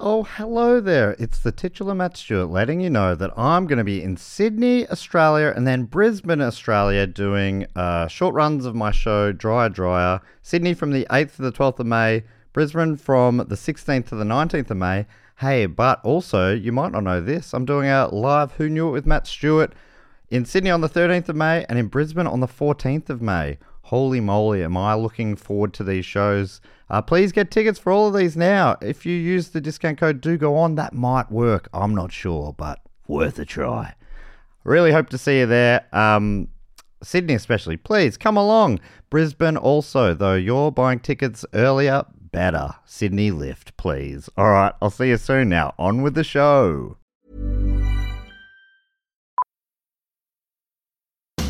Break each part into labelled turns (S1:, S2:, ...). S1: Oh, hello there. It's the titular Matt Stewart letting you know that I'm going to be in Sydney, Australia, and then Brisbane, Australia, doing uh, short runs of my show, Dryer Dryer. Sydney from the 8th to the 12th of May, Brisbane from the 16th to the 19th of May. Hey, but also, you might not know this, I'm doing a live Who Knew It with Matt Stewart in Sydney on the 13th of May and in Brisbane on the 14th of May. Holy moly, am I looking forward to these shows. Uh, please get tickets for all of these now. If you use the discount code do go on, that might work. I'm not sure, but worth a try. Really hope to see you there. Um, Sydney, especially, please come along. Brisbane, also, though you're buying tickets earlier, better. Sydney lift, please. All right, I'll see you soon now. On with the show.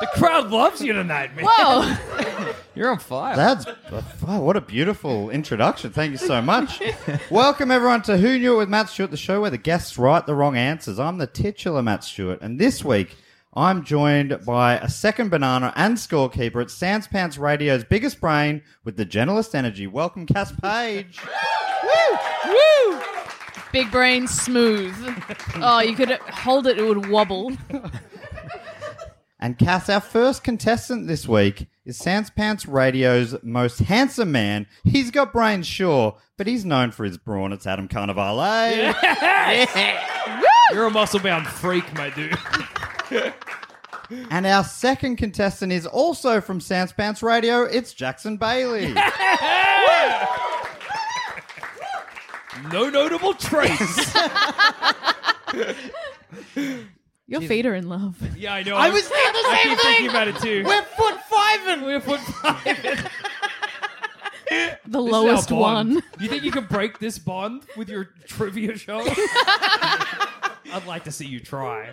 S2: The crowd loves you tonight, man.
S3: Whoa.
S2: You're on fire.
S1: That's wow, what a beautiful introduction. Thank you so much. Welcome everyone to Who Knew It with Matt Stewart, the show where the guests write the wrong answers. I'm the titular Matt Stewart, and this week I'm joined by a second banana and scorekeeper at Sans Pants Radio's biggest brain with the gentlest energy. Welcome, Cass Page.
S3: Woo! Big brain smooth. Oh, you could hold it, it would wobble.
S1: And Cass, our first contestant this week is Sans Pants Radio's most handsome man. He's got brains, sure, but he's known for his brawn. It's Adam Carnivale.
S2: You're a muscle bound freak, my dude.
S1: And our second contestant is also from Sans Pants Radio. It's Jackson Bailey.
S2: No notable traits.
S3: Your feet are in love.
S2: yeah, I know. I was
S3: thinking the
S2: I
S3: same
S2: keep
S3: thing.
S2: thinking about it too.
S1: We're foot fiving.
S2: We're foot five. This
S3: The
S2: is our
S3: lowest
S2: bond.
S3: one.
S2: You think you can break this bond with your trivia show? I'd like to see you try.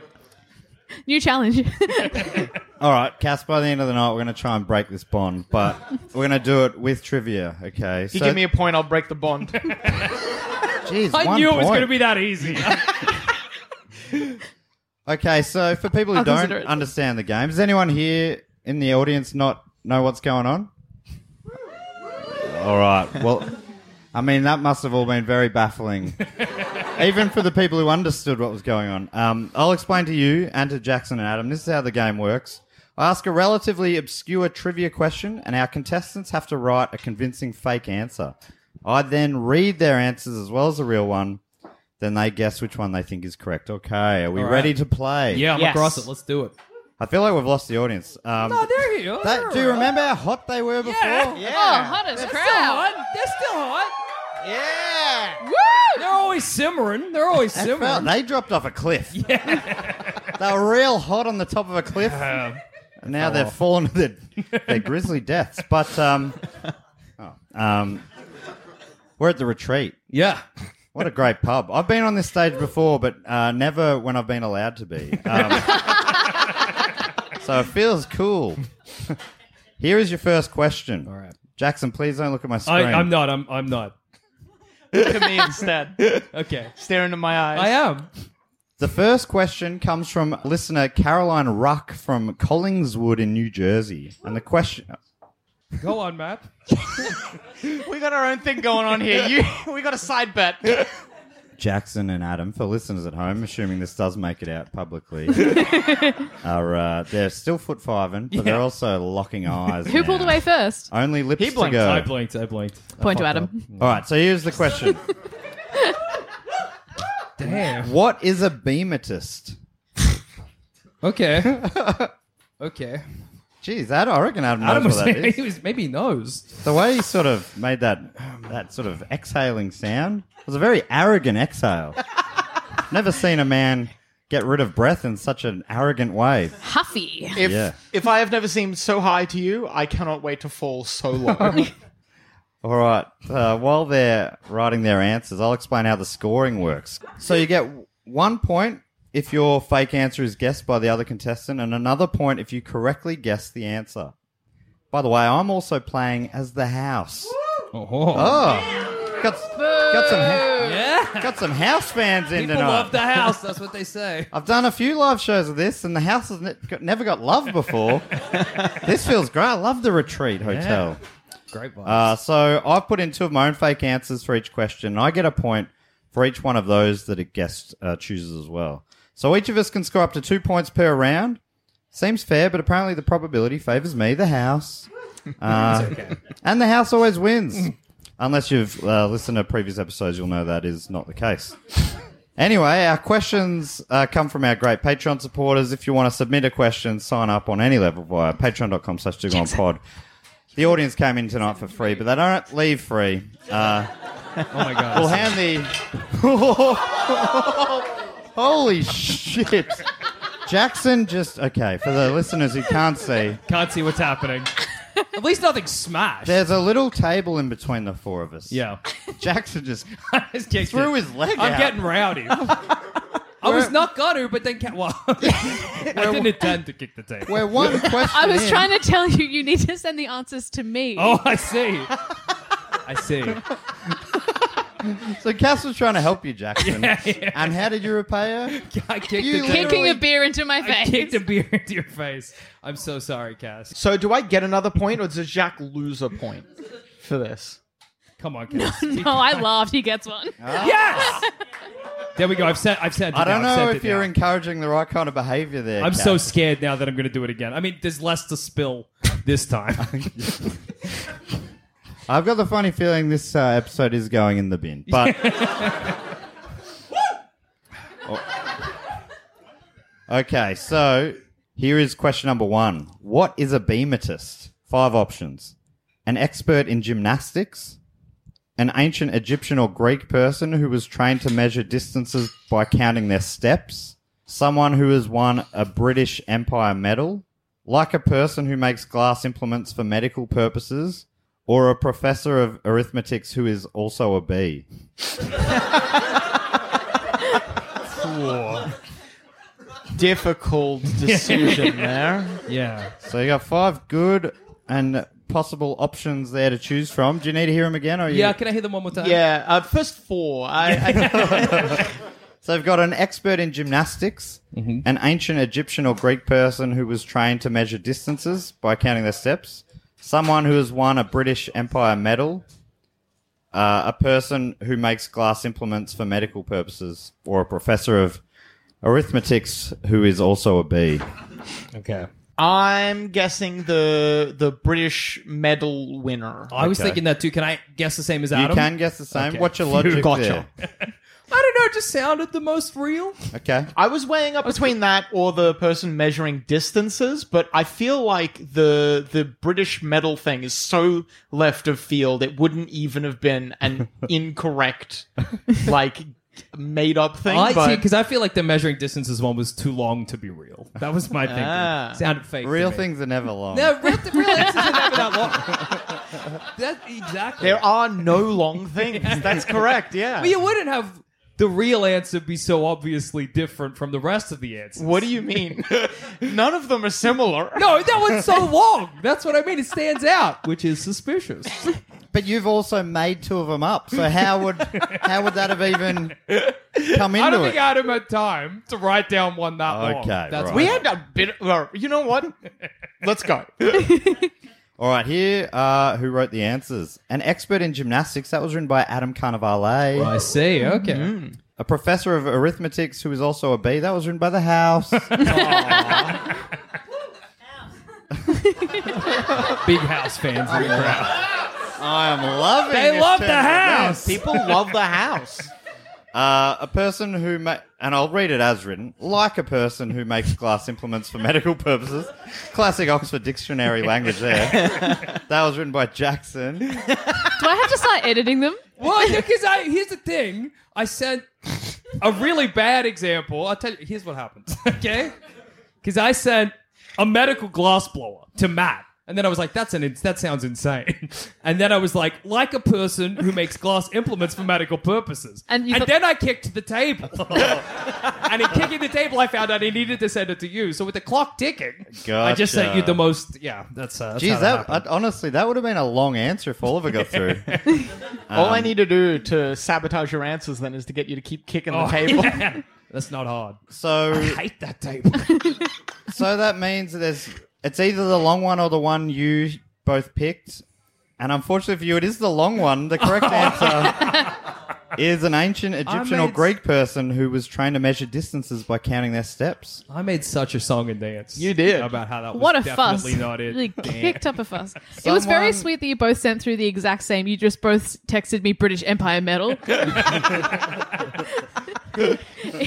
S3: New challenge.
S1: All right, Cass. By the end of the night, we're going to try and break this bond, but we're going to do it with trivia. Okay.
S4: You give me a point, I'll break the bond.
S1: Jeez,
S2: I
S1: one
S2: knew it was
S1: point.
S2: going to be that easy.
S1: Okay, so for people who
S3: I'll
S1: don't
S3: consider it.
S1: understand the game, does anyone here in the audience not know what's going on? All right. Well, I mean that must have all been very baffling, even for the people who understood what was going on. Um, I'll explain to you and to Jackson and Adam. This is how the game works. I ask a relatively obscure trivia question, and our contestants have to write a convincing fake answer. I then read their answers as well as the real one. Then they guess which one they think is correct. Okay, are we
S2: right.
S1: ready to play?
S2: yeah, I'm
S4: Yes.
S2: across it. Let's do it.
S1: I feel like we've lost the audience. Um,
S2: Oh, there you go.
S1: that, do you remember how hot they were before?
S4: Yeah.
S3: Oh, hot as
S2: They're still
S3: crap.
S2: hot. They're still hot.
S4: Yeah.
S3: Woo!
S2: They're always simmering. They're always
S1: They, fell-
S2: simmering.
S1: they dropped off a cliff. they were real hot on the top of a cliff. and now they've fallen to their, their grisly deaths. But um, oh, um, we're at the retreat.
S2: yeah.
S1: What a great pub. I've been on this stage before, but uh, never when I've been allowed to be. Um, so it feels cool. Here is your first question. All
S2: right.
S1: Jackson, please don't look at my screen.
S2: I, I'm not. I'm, I'm not.
S4: Look at me instead.
S2: Okay.
S4: Stare into my eyes.
S2: I am.
S1: The first question comes from listener Caroline Ruck from Collingswood in New Jersey. And the question
S2: Go on, Matt.
S4: We got our own thing going on here. You, we got a side bet.
S1: Jackson and Adam, for listeners at home, assuming this does make it out publicly, are uh, they're still foot fiving, but they're also locking eyes.
S3: Who
S1: now.
S3: pulled away first?
S1: Only lips
S4: He blinked.
S1: to go.
S2: I blinked. I blinked.
S3: Point to Adam.
S1: All right, so here's the question:
S2: Damn.
S1: What is a beamatist?
S2: Okay. okay.
S1: Jeez, Adam, I reckon Adam knows
S2: Adam was,
S1: what that
S2: maybe,
S1: is.
S2: he was, maybe he knows.
S1: The way he sort of made that that sort of exhaling sound was a very arrogant exhale. Never seen a man get rid of breath in such an arrogant way.
S3: Huffy.
S4: If
S1: Yeah.
S4: if I have never seemed so high to you, I cannot wait to fall so low.
S1: All right. Uh, while they're writing their answers, I'll explain how the scoring works. So you get one point if your fake answer is guessed by the other contestant, and another point if you correctly guess the answer. By the way, I'm also playing as the house.
S2: Oh,
S1: Oh, got, got some. ha-
S2: yeah.
S1: Got some house fans in
S2: People
S1: tonight.
S2: love the house. That's what they say.
S1: I've done a few live shows of this, and the house has ne- got, never got love before. this feels great. I love the Retreat Hotel.
S2: Great one.
S1: Uh, so I've put in two of my own fake answers for each question. and I get a point for each one of those that a guest uh, chooses as well. So each of us can score up to two points per round. Seems fair, but apparently the probability favors me, the house. Uh, And the house always wins. Unless you've uh, listened to previous episodes, you'll know that is not the case. Anyway, our questions uh, come from our great Patreon supporters. If you want to submit a question, sign up on any level via patreon.com slash pod. The audience came in tonight for free, but they don't leave free. Uh,
S2: oh my god.
S1: we'll hand the. Holy shit. Jackson just. Okay, for the listeners who can't see,
S2: Can't see what's happening. At least nothing smashed.
S1: there's a little table in between the four of us.
S2: yeah.
S1: Jackson just
S2: Just kicked
S1: threw
S2: it.
S1: his leg
S2: I'm
S1: out.
S2: getting rowdy. I was not gonna, but then ca- well, I didn't intend to kick the table.
S1: We're one question.
S3: I was
S1: in.
S3: trying to tell you, you need to send the answers to me.
S2: Oh, I see. I see.
S1: So Cass was trying to help you, Jackson. And how did you repay her?
S2: I kicked
S1: You
S2: the
S1: literally-
S2: table.
S3: Kicking a beer into my
S2: I
S3: face.
S2: kicked a beer into your face. I'm so sorry, Cass.
S4: so do I get another point, or does Jacques lose a point for this?
S2: Come on, Cass.
S3: no, I laughed. He gets one.
S2: Yes. There we go. I've sent. I've sent. It
S1: I don't
S2: now. I've
S1: know
S2: sent
S1: if
S2: it
S1: you're
S2: now.
S1: encouraging the right kind of behavior there.
S2: I'm
S1: Cass.
S2: so scared now that I'm going to do it again. I mean, there's less to spill this time.
S1: I've got the funny feeling this uh, episode is going in the bin. But. Oh. Okay, so here is question number one What is a bematist? Five options an expert in gymnastics, an ancient Egyptian or Greek person who was trained to measure distances by counting their steps, someone who has won a British Empire medal, like a person who makes glass implements for medical purposes, or a professor of arithmetics who is also a bee.
S4: Difficult decision there.
S2: yeah.
S1: So you got five good and possible options there to choose from. Do you need to hear them again? Or are you...
S2: Yeah. Can I hear them one more time?
S4: Yeah, uh, first four. I, I,
S1: So they've got an expert in gymnastics,
S2: Mm-hmm.
S1: an ancient Egyptian or Greek person who was trained to measure distances by counting their steps, someone who has won a British Empire medal, uh, a person who makes glass implements for medical purposes, or a professor of arithmetics who is also a bee.
S2: Okay.
S4: I'm guessing the the British medal winner.
S2: I was
S1: Okay.
S2: thinking that too. Can I guess the same as
S1: You
S2: Adam?
S1: can guess the same.
S2: Okay.
S1: What's your logic
S4: Gotcha.
S1: there?
S2: I don't know. It just sounded the most real.
S1: Okay.
S4: I was weighing up between that or the person measuring distances, but I feel like the the British medal thing is so left of field it wouldn't even have been an incorrect, like made up thing.
S2: I see
S4: but
S2: because I feel like the measuring distances one was too long to be real. That was my thinking.
S4: Ah.
S2: Sounded fake. to
S1: Real
S2: me.
S1: things are never long.
S2: No, real, real answers are never that long. That exactly.
S4: there are no long things. That's correct. Yeah.
S2: But you wouldn't have the real answer be so obviously different from the rest of the answers.
S4: what do you mean? None of them are similar.
S2: No, that one's so long. That's what I mean. It stands out, which is suspicious.
S1: But you've also made two of them up. So how would how would that have even come into
S2: I don't
S1: it?
S2: think Adam had time to write down one that long.
S1: Okay,
S2: That's
S1: right.
S4: We had a bit. Well, you know what? Let's go.
S1: All right, here uh, who wrote the answers? An expert in gymnastics that was written by Adam Carnevale.
S2: I see. Okay.
S1: A professor of arithmetics who is also a bee that was written by the house.
S2: Big house fans in the crowd.
S1: I am loving.
S2: They
S1: this
S2: love the
S1: turn of events.
S2: house.
S4: People love the house.
S1: Uh, a person who, ma- and I'll read it as written, like a person who makes glass implements for medical purposes. Classic Oxford Dictionary language there. That was written by Jackson.
S3: Do I have to start editing them?
S2: Well, because I here's the thing. I sent a really bad example. I'll tell you. Here's what happens. Okay, because I sent a medical glass blower to Matt, and then I was like, "That's an that sounds insane." And then I was like, "Like a person who makes glass implements for medical purposes."
S3: And you
S2: and
S3: thought-
S2: then I kicked the table. and in kicking the table, I found out he needed to send it to you. So with the clock ticking, I just sent
S1: Gotcha.
S2: you the most. Yeah, that's. Uh, that's how
S1: Geez, that,
S2: happened.
S1: that honestly, that would have been a long answer if Oliver got through.
S4: All I need to do to sabotage your answers then is to get you to keep kicking the table.
S2: yeah. That's not hard.
S1: So,
S2: I hate that table.
S1: so that means there's it's either the long one or the one you both picked. And unfortunately for you, it is the long one. The correct answer is an ancient Egyptian or
S2: made-
S1: Greek person who was trained to measure distances by counting their steps.
S2: I made such a song and dance.
S4: You did.
S2: about how that was
S3: What a fuss!
S2: definitely not it.
S3: You kicked up a fuss. It was very
S1: Someone-
S3: sweet that you both sent through the exact same. You just both texted me British Empire Medal.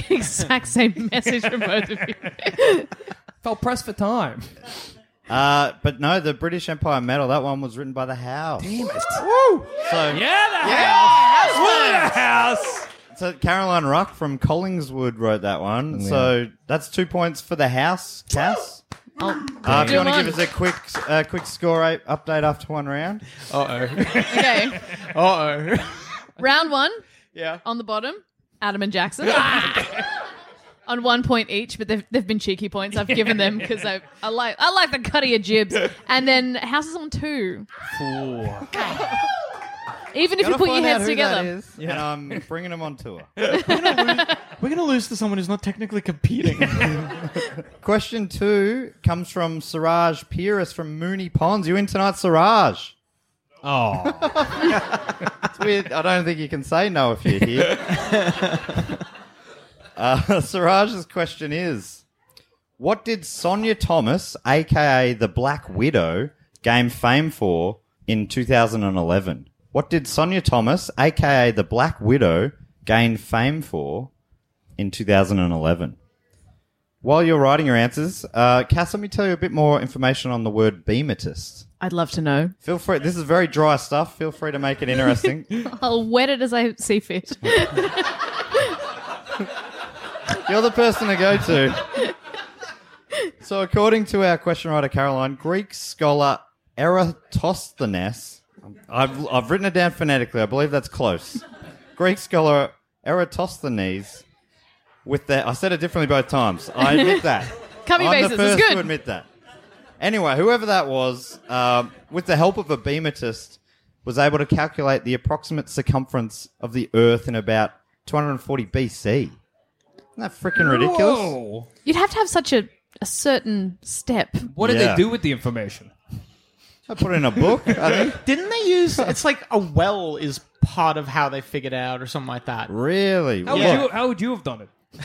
S3: exact same message from both of you.
S2: Felt pressed for time.
S1: Uh, but no, the British Empire Medal, that one was written by the House.
S2: Woo!
S1: So,
S2: Yeah, the house. Woo, the house.
S1: so Caroline Ruck from Collingswood wrote that one. So that's two points for the House. Cass, uh, if you
S3: Good
S1: want to
S3: one.
S1: give us a quick, uh, quick score a- update after one round.
S4: Uh oh.
S3: Okay,
S4: Uh oh.
S3: round one
S4: Yeah.
S3: on the bottom. Adam and Jackson. On one point each, but they've, they've been cheeky points. I've given them because I, I like I like the cut of your jibs. And then houses on two. Even if you
S1: Gotta
S3: put your
S1: find out who that
S3: heads together,
S1: is, And I'm bringing them on tour.
S4: We're going to lose to someone who's not technically competing.
S1: Question two comes from Siraj Pierce from Mooney Ponds. You in tonight, Siraj?
S2: Oh,
S1: It's weird. I don't think you can say no if you're here. uh, Siraj's question is What did Sonia Thomas, aka the Black Widow, gain fame for in 2011? What did Sonia Thomas, aka the Black Widow, gain fame for in 2011? While you're writing your answers, uh, Cass, let me tell you a bit more information on the word bematist.
S3: I'd love to know.
S1: Feel free. This is very dry stuff. Feel free to make it interesting.
S3: I'll wet it as I see fit.
S1: You're the person to go to. So, according to our question writer Caroline, Greek scholar Eratosthenes, I've, I've written it down phonetically, I believe that's close. Greek scholar Eratosthenes, with that, I said it differently both times. I admit that.
S3: Cummy
S1: I'm
S3: bases,
S1: the
S3: it's
S1: first
S3: good.
S1: to admit that. Anyway, whoever that was, um, with the help of a bematist, was able to calculate the approximate circumference of the Earth in about 240 BC. Isn't that freaking ridiculous?
S2: Whoa.
S3: You'd have to have such a, a certain step.
S2: What did
S1: Yeah.
S2: they do with the information?
S1: I put it in a book. I think.
S4: Didn't they use. It's like a well is part of how they figured it out or something like that.
S1: Really?
S2: How,
S1: What?
S2: would, you, how would you have done it?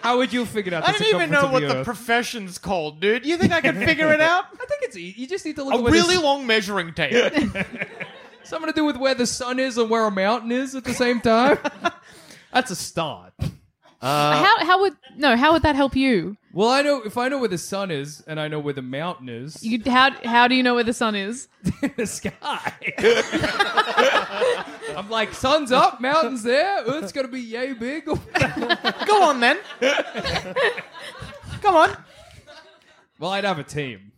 S2: how would you have figured out?
S4: I
S2: the
S4: don't even know
S2: circumference
S4: what
S2: of
S4: the,
S2: the, Earth?
S4: profession's called, dude. You think I can figure it out?
S2: I think it's e- you just need to look
S4: A
S2: at what
S4: really
S2: this,
S4: long measuring tape.
S2: something to do with where the sun is and where a mountain is at the same time. That's a start.
S1: Uh,
S3: how how would no? How would that help you?
S2: Well, I know if I know where the sun is and I know where the mountain is,
S3: You how how do you know where the sun is?
S2: the sky. I'm like, sun's up, mountains there, Earth's gonna be yay big.
S4: Go on then. Come on.
S2: well, I'd have a team.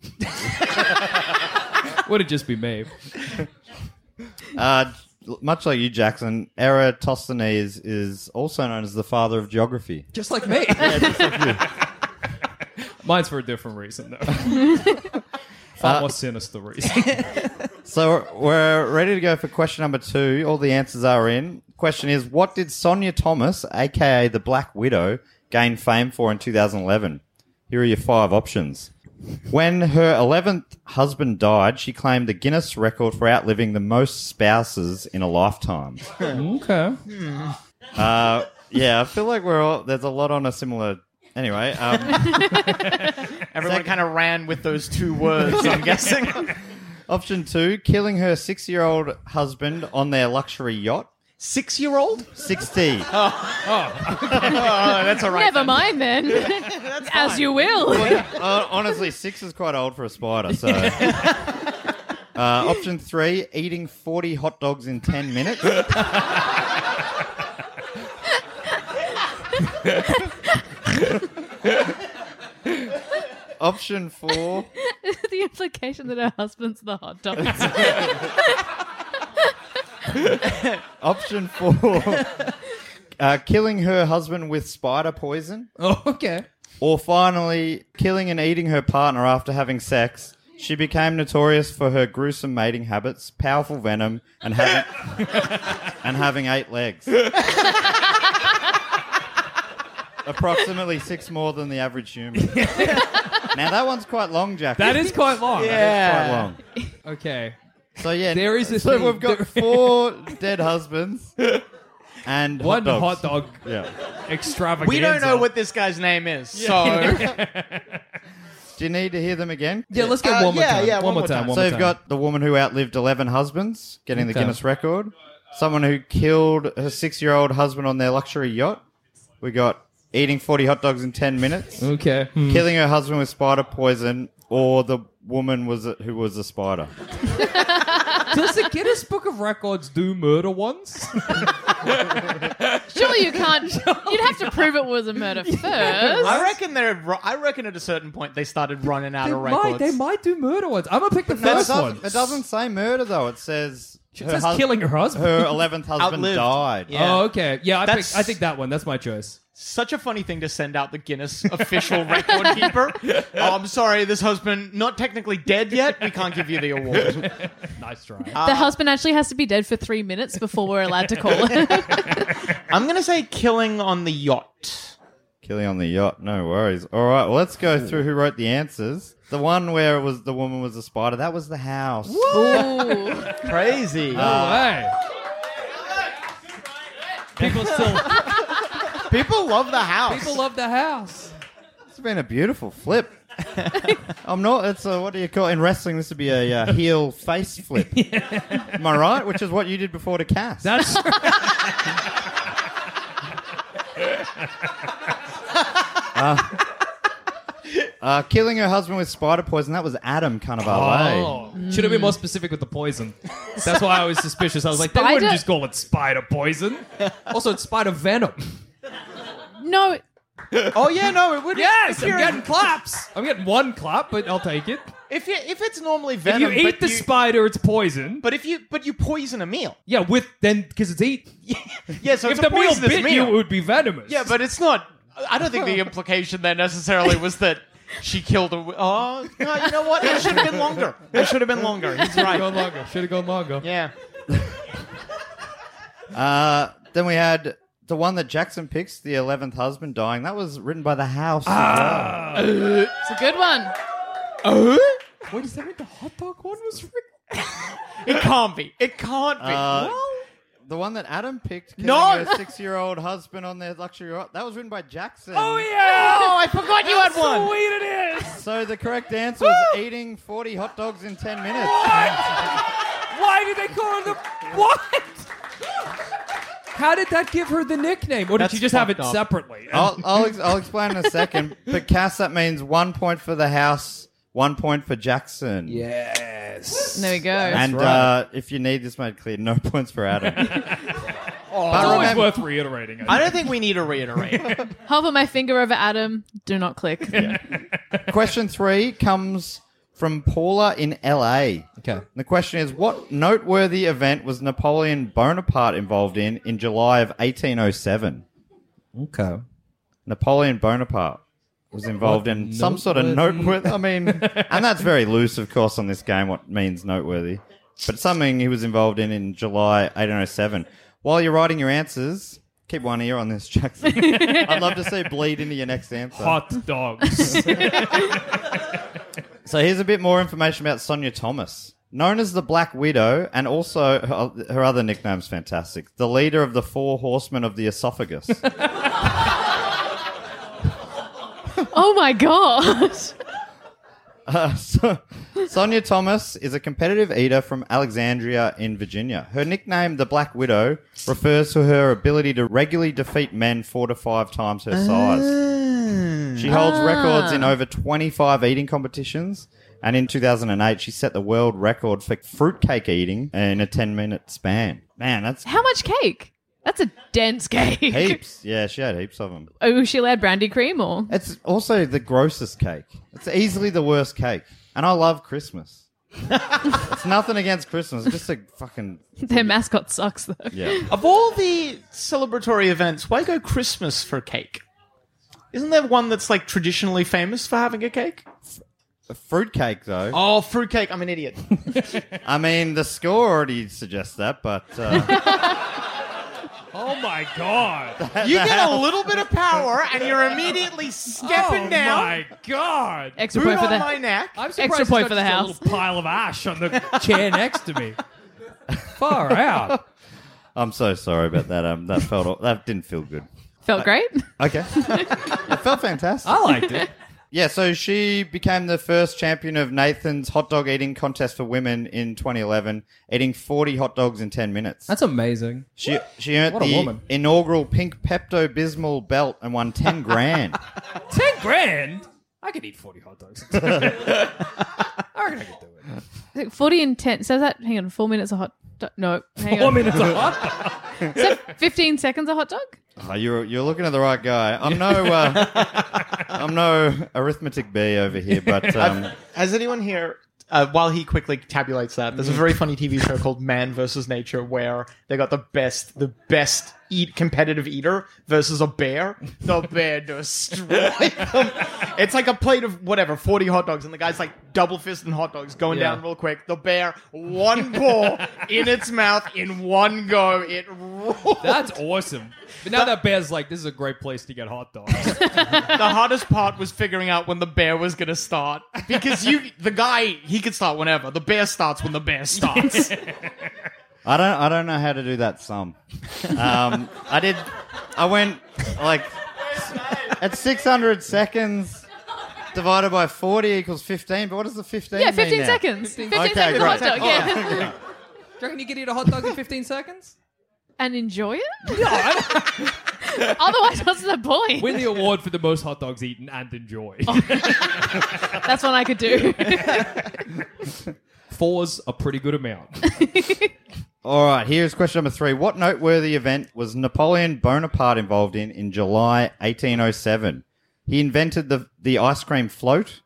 S2: Would it just be me?
S1: Uh, much like you, Jackson, Eratosthenes is also known as the father of geography.
S2: Just like me. Mine's for a different reason, though. Far more sinister reason.
S1: So we're ready to go for question number two. All the answers are in. Question is, what did Sonia Thomas, aka the Black Widow, gain fame for in 2011? Here are your five options. When her 11th husband died, she claimed the Guinness record for outliving the most spouses in a lifetime.
S2: okay.
S1: Uh, yeah, I feel like we're all there's a lot on a similar. Anyway, um,
S4: Everyone kind of ran with those two words, I'm guessing.
S1: option two: killing her six-year-old husband on their luxury yacht.
S4: six year old?
S1: 60.
S4: Oh, that's all right.
S3: Never mind then. As you will.
S1: Uh, honestly, six is quite old for a spider. So, uh, option three: eating forty hot dogs in ten minutes. option four:
S3: the implication that her husband's the hot dog.
S1: option four: uh, killing her husband with spider poison,
S2: Oh, okay.
S1: or finally killing and eating her partner after having sex. She became notorious for her gruesome mating habits, powerful venom, and having and having eight legs. Approximately six more than the average human. now that one's quite long, Jack.
S2: That is quite long. Yeah.
S1: quite long.
S2: Okay.
S1: So yeah,
S2: There is a
S1: so
S2: thing.
S1: we've got four dead husbands and
S2: One
S1: hot dogs.
S2: hot dog
S1: Yeah.
S2: extravaganza.
S4: We don't know what this guy's name is, so
S1: Do you need to hear them again?
S2: Yeah, let's get
S4: Uh,
S2: one more
S4: yeah,
S2: time.
S4: yeah,
S2: one, more time. One
S1: so
S2: more
S1: you've
S2: time.
S1: got the woman who outlived 11 husbands getting the
S2: Okay.
S1: Guinness record. Someone who killed her six-year-old husband on their luxury yacht. We got eating 40 hot dogs in 10 minutes.
S2: Okay. Hmm.
S1: Killing her husband with spider poison or the woman was a, who was a spider.
S2: Does the Guinness Book of Records do murder ones?
S3: Surely you can't. You'd have to prove it was a murder first.
S4: I reckon they're. ru- I reckon at a certain point they started running out
S2: they
S4: of
S2: might.
S4: records.
S2: They might do murder ones. I'm gonna pick the
S1: It
S2: first one.
S1: doesn't, it doesn't say murder though. It says
S2: It says
S1: hus-
S2: killing her husband.
S1: her 11th husband
S4: Outlived.
S1: died.
S4: Yeah.
S2: Oh, okay. Yeah, I
S4: That's-
S2: picked, I think that one. That's my choice.
S4: Such a funny thing to send out the Guinness official record keeper. Oh, I'm sorry, this husband not technically dead yet. We can't give you the award.
S2: Nice try.
S3: the husband actually has to be dead for three minutes before we're allowed to call it.
S4: I'm gonna say killing on the yacht.
S1: Killing on the yacht, no worries. All right, well, let's go through who wrote the answers. The one where it was the woman was a spider, that was the house.
S3: Ooh.
S4: Crazy.
S2: Hey. People still
S4: people love the house.
S2: people love the house.
S1: It's been a beautiful flip. I'm not, it's a, what do you call In wrestling, this would be a uh, heel face flip. Am I right? Which is what you did before to Cass.
S2: That's
S1: Uh, killing her husband with spider poison, that was Adam Cannavale.
S2: oh. Should have been more specific with the poison. That's why I was suspicious. I was like, they wouldn't
S3: Spider-
S2: just call it spider poison. Also, it's spider venom.
S3: No,
S4: Oh yeah, no, it would.
S2: Yes,
S4: if,
S2: I'm
S4: you're-
S2: getting claps. I'm getting one clap, but I'll take it.
S4: if, you- if it's normally
S2: If you
S4: venom,
S2: eat
S4: but
S2: the
S4: you,
S2: spider, it's poison.
S4: but if you but you poison a meal.
S2: Yeah, with then because it's eat.
S4: Yeah, so
S2: if
S4: it's
S2: the
S4: a
S2: meal
S4: poisonous
S2: bit you, it would be venomous.
S4: Yeah, but it's not. I don't think the implication there necessarily was that she killed a. w- Oh, no, you know what? It should have been longer. It should have been longer. He's
S2: should have
S4: right.
S2: gone longer. Should have gone longer.
S4: Yeah.
S1: Uh, then we had the one that Jackson picks, the 11th husband dying, that was written by the house.
S2: Ah.
S3: it's a good one.
S2: Uh-huh. Wait, does that mean the hot dog one was real?
S4: It can't be. It can't be.
S1: Uh, The one that Adam picked, killing
S4: No!
S1: her six-year-old husband on their luxury yacht, that was written by Jackson.
S2: Oh yeah!
S4: oh, I forgot you had
S2: How
S4: one.
S2: sweet it is!
S1: So the correct answer was eating 40 hot dogs in 10 minutes.
S2: Why did they call her the what? How did that give her the nickname, or did
S4: That's
S2: she just have it
S4: fucked up. Oh.
S2: separately?
S1: I'll, I'll, ex- I'll explain in a second. But Cass, that means one point for the house, one point for Jackson.
S2: yes.
S3: There we go.
S1: And
S2: right. Oh,
S1: uh, if you need this made clear, no points for Adam.
S2: it's
S1: But
S2: always
S1: remember-
S2: worth reiterating.
S4: I don't think we need to reiterate.
S3: Hover my finger over Adam. Do not click.
S1: question three comes from Paula in LA.
S2: Okay.
S1: The question is What noteworthy event was Napoleon Bonaparte involved in in July of 1807?
S2: Okay.
S1: Napoleon Bonaparte was involved in some sort of
S2: noteworthy-
S1: noteworthy. I mean, and that's very loose, of course, on this game. What means noteworthy? But something he was involved in in July 1807. While you're writing your answers, keep one ear on this, Jackson. I'd love to see it bleed into your next answer.
S2: Hot dogs.
S1: So here's a bit more information about Sonia Thomas. Known as the Black Widow, and also her, her other nickname's fantastic the leader of the four horsemen of the esophagus.
S3: Oh my god.
S1: Uh, so, Sonia Thomas is a competitive eater from Alexandria in Virginia. Her nickname, the Black Widow, refers to her ability to regularly defeat men four to five times her size. She holds records in over 25 eating competitions. And in 2008, she set the world record for fruitcake eating in a 10 minute span. Man, that's
S3: How much cake? That's a dense cake.
S1: heaps. Yeah, she had heaps of them.
S3: Oh, was she allowed brandy cream or?
S1: It's also the grossest cake. It's easily the worst cake. And I love Christmas. it's nothing against Christmas. It's just a fucking
S3: Their mascot sucks though.
S1: yeah.
S4: Of all the celebratory events, why go Christmas for cake? Isn't there one that's like traditionally famous for having a cake?
S1: A fruitcake though.
S4: Oh, fruitcake. I'm an idiot.
S1: I mean, the score already suggests that, but uh,
S2: Oh my god.
S4: You get a little bit of power and you're immediately stepping
S2: oh
S4: down.
S2: my god.
S3: Extra point
S4: Boot
S3: for
S4: on
S3: the
S4: my neck.
S2: I'm surprised
S3: Extra
S2: it's
S3: point
S2: not
S3: for the
S2: just
S3: house.
S2: A little pile of ash on the chair next to me. Far out.
S1: I'm so sorry about that. Um, that felt that didn't feel good.
S3: felt great.
S1: Okay, it felt fantastic.
S2: I liked it.
S1: Yeah, so she became the first champion of Nathan's hot dog eating contest for women in 2011, eating 40 hot dogs in 10 minutes.
S2: That's amazing.
S1: She she earned
S2: What a
S1: the
S2: woman.
S1: inaugural pink Pepto Bismol belt and won ten grand.
S2: Ten grand. I could eat forty hot dogs. I reckon I could do it.
S3: Like Forty and ten. So is that hang on, four minutes a hot. Do- no, hang
S2: Four
S3: on.
S2: minutes of hot dog.
S3: Is that Fifteen seconds a hot dog.
S1: oh, you're you're looking at the right guy. I'm no uh, I'm no arithmetic bee over here, but um,
S4: Has anyone here, uh, while he quickly tabulates that, there's a very funny TV show called Man vs. Nature where they got the best, the best eat competitive eater versus a bear. The bear destroyed them. It's like a plate of whatever, 40 hot dogs, and the guy's like double fisting hot dogs going
S2: Yeah.
S4: down real quick. The bear, one paw in its mouth in one go. It roared.
S2: That's awesome. But now that bear's like, this is a great place to get hot dogs.
S4: the hardest part was figuring out when the bear was going to start because you the guy he could start whenever the bear starts when the bear starts
S1: I don't I don't know how to do that sum. Um, I did I went like at six hundred seconds divided by forty equals fifteen, but what does the fifteen
S3: Yeah,
S1: mean
S3: fifteen
S1: now?
S3: seconds. Fifteen
S1: Okay,
S3: seconds a hot
S1: great.
S3: dog. Yeah,
S2: Do you reckon you could eat a hot dog in 15 seconds?
S3: and enjoy it. Otherwise, what's the point?
S2: Win the award for the most hot dogs eaten and enjoyed.
S3: That's what I could do.
S2: Four's a pretty good amount.
S1: All right, here's question number three. What noteworthy event was Napoleon Bonaparte involved in in July 1807? He invented the, the ice cream float.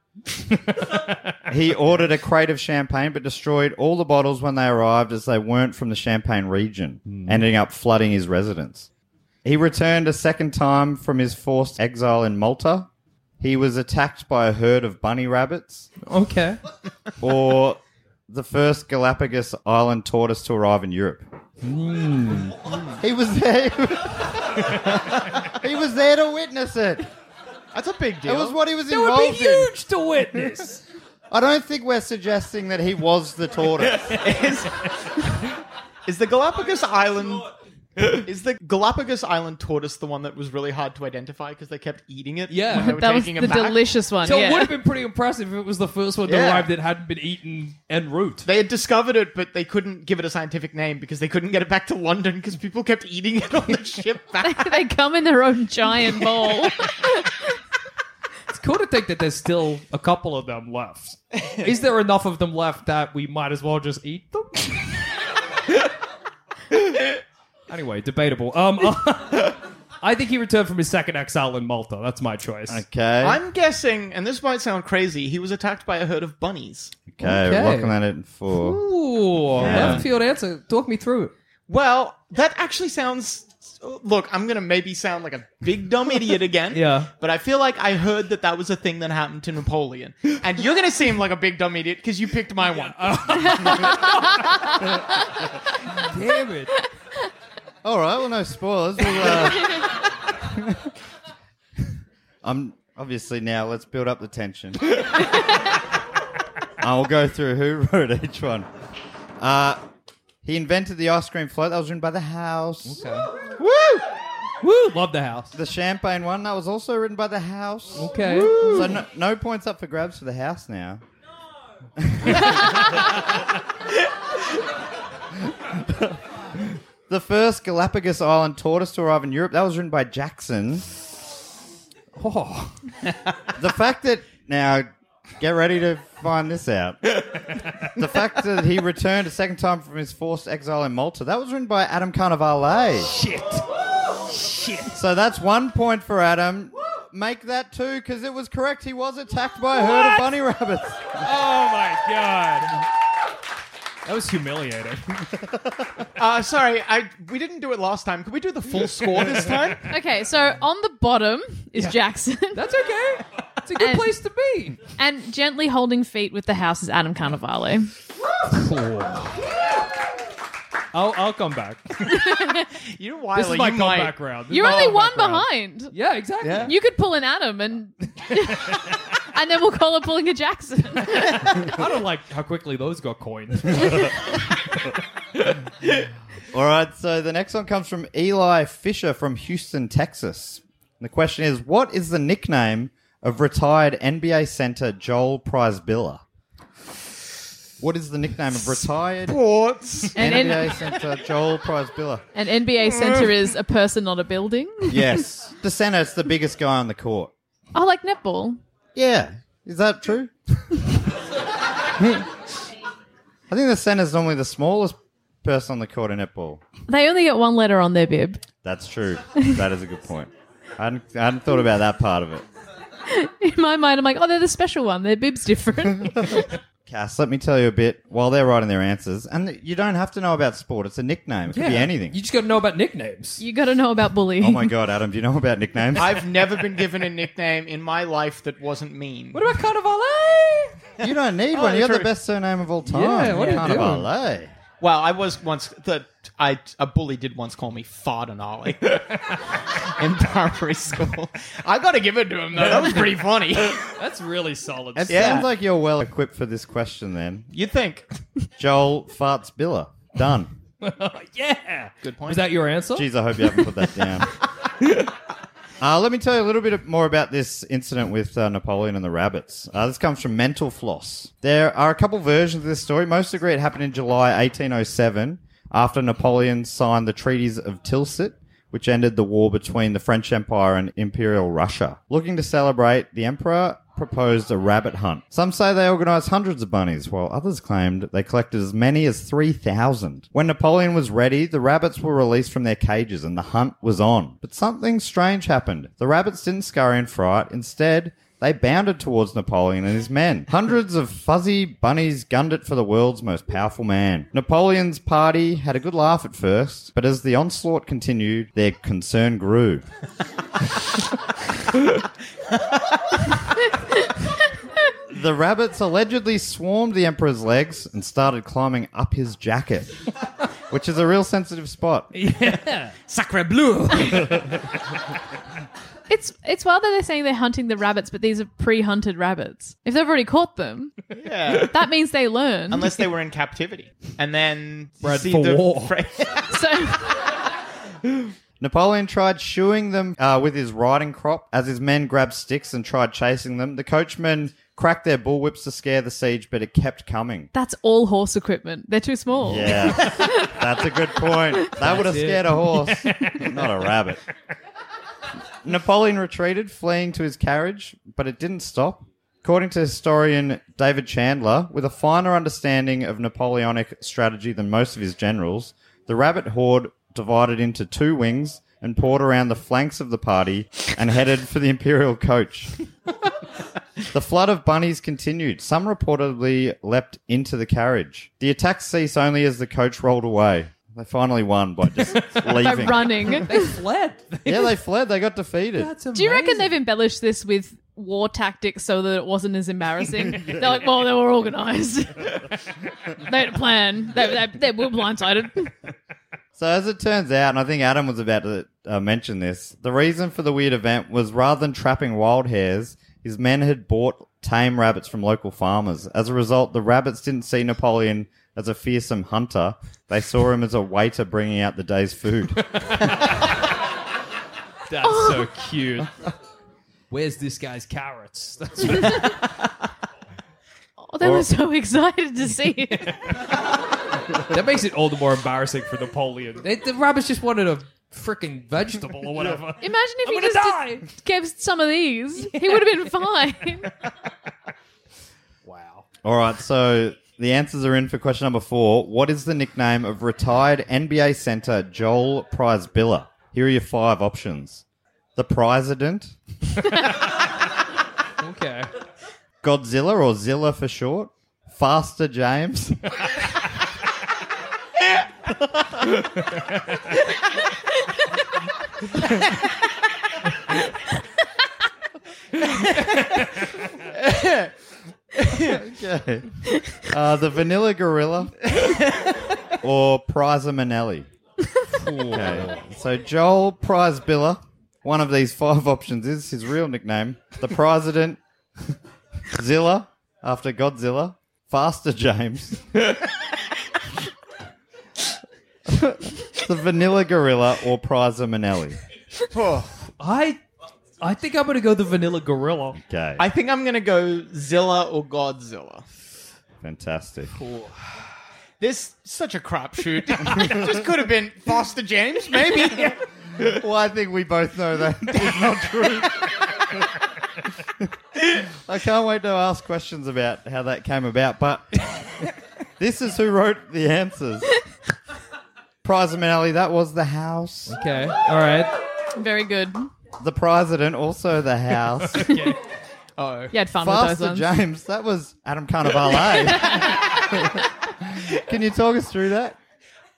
S1: he ordered a crate of champagne but destroyed all the bottles when they arrived as they weren't from the Champagne region, ending up flooding his residence. He returned a second time from his forced exile in Malta. He was attacked by a herd of bunny rabbits
S2: Okay.
S1: or the first Galapagos island tortoise to arrive in Europe. He was there. he was there to witness it.
S4: that's a big deal
S1: It was what he was
S2: It would be
S1: involved in.
S2: huge to witness.
S1: I don't think we're suggesting that he was the tortoise.
S4: is, is the galapagos island is the galapagos island tortoise the one that was really hard to identify because they kept eating it
S2: Yeah.
S4: when they were
S3: that was
S4: taking
S3: the
S4: it back?
S3: delicious one.
S2: So it would
S3: yeah.
S2: have been pretty impressive if it was the first one
S4: Yeah.
S2: to arrive that hadn't been eaten en route.
S4: they had discovered it, but they couldn't give it a scientific name because they couldn't get it back to London because people kept eating it on the ship back.
S3: they come in their own giant ball.
S2: It's cool to think that there's still a couple of them left. Is there enough of them left that we might as well just eat them? anyway, debatable. Um, I think he returned from his second exile in Malta. That's my choice.
S1: Okay.
S4: I'm guessing, and this might sound crazy, he was attacked by a herd of bunnies.
S1: okay.
S2: Okay.
S1: We're looking at it in four.
S2: Ooh,
S1: Yeah.
S2: left field answer. Talk me through it.
S4: Well, that actually sounds. Look, I'm going to maybe sound like a big dumb idiot again.
S2: Yeah.
S4: But I feel like I heard that that was a thing that happened to Napoleon. And you're going to seem like a big dumb idiot because you picked my one.
S2: Damn it.
S1: All right. Well, no spoilers. We'll, uh... I'm obviously now. Let's build up the tension. I'll go through who wrote each one. Uh, he invented the ice cream float. That was written by the house.
S4: Woo!
S2: Woo, love the house.
S1: The champagne one that was also written by the house.
S2: Okay.
S1: So no, no points up for grabs for the house now. The first Galapagos Island tortoise to arrive in Europe, that was written by Jackson.
S2: Oh.
S1: The fact that now get ready to find this out. The fact that he returned a second time from his forced exile in Malta, that was written by Adam Carnivale.
S2: Shit. Shit.
S1: So that's one point for Adam. Make that two, because it was correct. He was attacked by a herd of bunny rabbits.
S2: Oh my god. That was humiliating.
S4: Uh, sorry, I we didn't do it last time. Could we do the full score this time?
S3: Okay, so on the bottom is Jackson,
S2: That's okay. It's a good
S3: And-
S2: place to be.
S3: and gently holding feet with the house is Adam Carnivale.
S2: I'll, I'll come back.
S4: You Wiley,
S2: This is my
S4: you might.
S2: comeback round. This
S3: You're
S2: is my
S3: only one
S2: comeback round.
S3: behind.
S2: Yeah, exactly.
S1: Yeah.
S3: You could pull an Adam and and then we'll call it pulling a Jackson.
S2: I don't like how quickly those got coined.
S1: All right, so the next one comes from Eli Fisher from Houston, Texas. And the question is what is the nickname of retired NBA center Joel Prizebilla? What is the nickname of retired
S4: Sports.
S3: And in-
S1: NBA center Joel Prizebilla?
S3: An NBA
S1: Mm.
S3: center is a person, not a building.
S1: Yes. the center is the biggest guy on the court.
S3: Oh, like netball.
S1: Yeah. Is that true? I think the center is normally the smallest person on the court in netball.
S3: They only get one letter on their bib.
S1: That's true. That is a good point. I hadn't, I hadn't thought about that part of it.
S3: In my mind, I'm like, oh, they're the special one. Their bib's different.
S1: Cass, let me tell you a bit while they're writing their answers. And you don't have to know about sport, it's a nickname. It could be anything.
S2: You just got to know about nicknames.
S3: you got to know about bullying.
S1: Oh my god, Adam, do you know about nicknames?
S4: I've never been given a nickname in my life that wasn't mean.
S2: What about Carnivale?
S1: you don't need
S4: Oh,
S1: one. You're
S4: true.
S1: the best surname of all time.
S2: Yeah, what are you doing?
S1: Carnivale.
S4: well, I was once the I a bully did once call me Fardinale in primary school. I got to give it to him though. That was pretty funny.
S2: That's really solid.
S1: It
S4: Yeah.
S1: sounds like you're well equipped for this question then.
S4: You'd think.
S1: Joel farts Biller. Done.
S2: yeah. Good
S4: point.
S2: Was that your answer?
S1: Jeez, I hope you haven't put that down. Uh, let me tell you a little bit more about this incident with uh, Napoleon and the rabbits. Uh, this comes from Mental Floss. There are a couple versions of this story. Most agree it happened in July 1807 after Napoleon signed the Treaties of Tilsit, which ended the war between the French Empire and Imperial Russia. Looking to celebrate, the Emperor proposed a rabbit hunt. Some say they organized hundreds of bunnies, while others claimed they collected as many as 3,000. When Napoleon was ready, the rabbits were released from their cages and the hunt was on. But something strange happened. The rabbits didn't scurry in fright. Instead, they bounded towards Napoleon and his men. Hundreds of fuzzy bunnies gunned it for the world's most powerful man. Napoleon's party had a good laugh at first, but as the onslaught continued, their concern grew. The rabbits allegedly swarmed the emperor's legs and started climbing up his jacket, which is a real sensitive spot.
S2: Sacre bleu.
S3: It's it's wild that they're saying they're hunting the rabbits, but these are pre-hunted rabbits. If they've already caught them,
S4: Yeah.
S3: that means they learn.
S4: Unless they were in captivity and then
S2: Bred
S4: see
S2: for
S4: the-
S2: war.
S3: so
S1: Napoleon tried shooing them uh, with his riding crop as his men grabbed sticks and tried chasing them. The coachmen cracked their bullwhips to scare the siege, but it kept coming.
S3: that's all horse equipment. They're too small.
S1: Yeah, that's a good point. That would have scared a horse, not a rabbit. Napoleon retreated, fleeing to his carriage, but it didn't stop. According to historian David Chandler, with a finer understanding of Napoleonic strategy than most of his generals, the rabbit horde divided into two wings and poured around the flanks of the party and headed for the imperial coach. The flood of bunnies continued. Some reportedly leapt into the carriage. The attacks ceased only as the coach rolled away. They finally won by just
S3: By
S1: leaving.
S3: running.
S2: they fled.
S1: Yeah, they fled. They got defeated.
S2: That's amazing.
S3: Do you reckon they've embellished this with war tactics so that it wasn't as embarrassing? They're like, well, they were organized. they had a plan. They, they, they were blindsided.
S1: So as it turns out, and I think Adam was about to uh, mention this, the reason for the weird event was rather than trapping wild hares, his men had bought tame rabbits from local farmers. As a result, the rabbits didn't see Napoleon as a fearsome hunter; they saw him as a waiter bringing out the day's food.
S2: That's so cute. Where's this guy's carrots? That's what
S3: Oh, they were so excited to see it.
S2: That makes it all the more embarrassing for Napoleon. They, the rabbits just wanted a freaking vegetable or whatever.
S3: Imagine if
S2: I'm
S3: he
S2: gonna
S3: just
S2: die.
S3: did- gave some of these. He would have been fine.
S2: wow.
S1: All right, so the answers are in for question number four. What is the nickname of retired NBA center Joel Prizebiller? Here are your five options: the President,
S2: Okay.
S1: Godzilla or Zilla for short, Faster James, okay, uh, the Vanilla Gorilla, or Priza Manelli. Okay, so Joel Prizebiller. One of these five options is his real nickname, the President. Zilla after Godzilla. Faster James. the Vanilla Gorilla or Priza Manelli.
S2: I I think I'm gonna go the vanilla gorilla.
S1: Okay.
S4: I think I'm going to go Zilla or Godzilla.
S1: Fantastic.
S4: This such a crapshoot. Just could have been Foster James, maybe.
S1: Well, I think we both know that is not true. I can't wait to ask questions about how that came about, but this is who wrote the answers. Priza Manelli, that was the house.
S2: Okay. All right.
S3: Very good.
S1: The president, also the house.
S4: Oh,
S3: You had fun with
S1: Faster
S3: those ones.
S1: James, that was Adam Carnivale. eh? Can you talk us through that?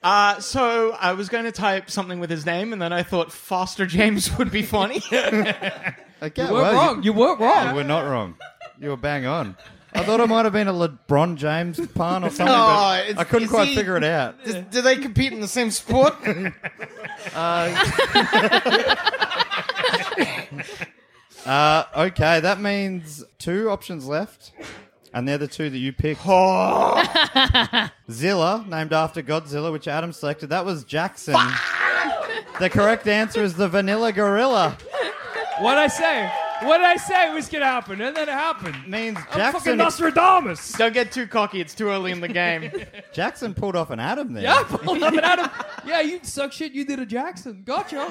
S4: Uh, so I was going to type something with his name, and then I thought Foster James would be funny.
S1: Okay,
S2: You weren't wrong. You weren't
S1: You,
S2: wrong.
S1: were not wrong. You were bang on. I thought it might have been a LeBron James pun or something,
S4: Oh,
S1: but
S4: it's-
S1: I couldn't
S4: you
S1: quite
S4: see-
S1: figure it out.
S4: Do they compete in the same sport?
S1: Uh, okay, that means two options left, and they're the two that you picked.
S4: Oh.
S1: Zilla, named after Godzilla, which Adam selected. That was Jackson. the correct answer is the Vanilla Gorilla.
S2: What did I say? What did I say was gonna happen? And then it happened.
S1: Means
S2: I'm fucking
S1: Jackson.
S2: Nostradamus.
S4: Don't get too cocky. It's too early in the game.
S1: Jackson pulled off an Adam there.
S2: Yeah, pulled up and Adam. Yeah, you suck shit. You did a Jackson. Gotcha.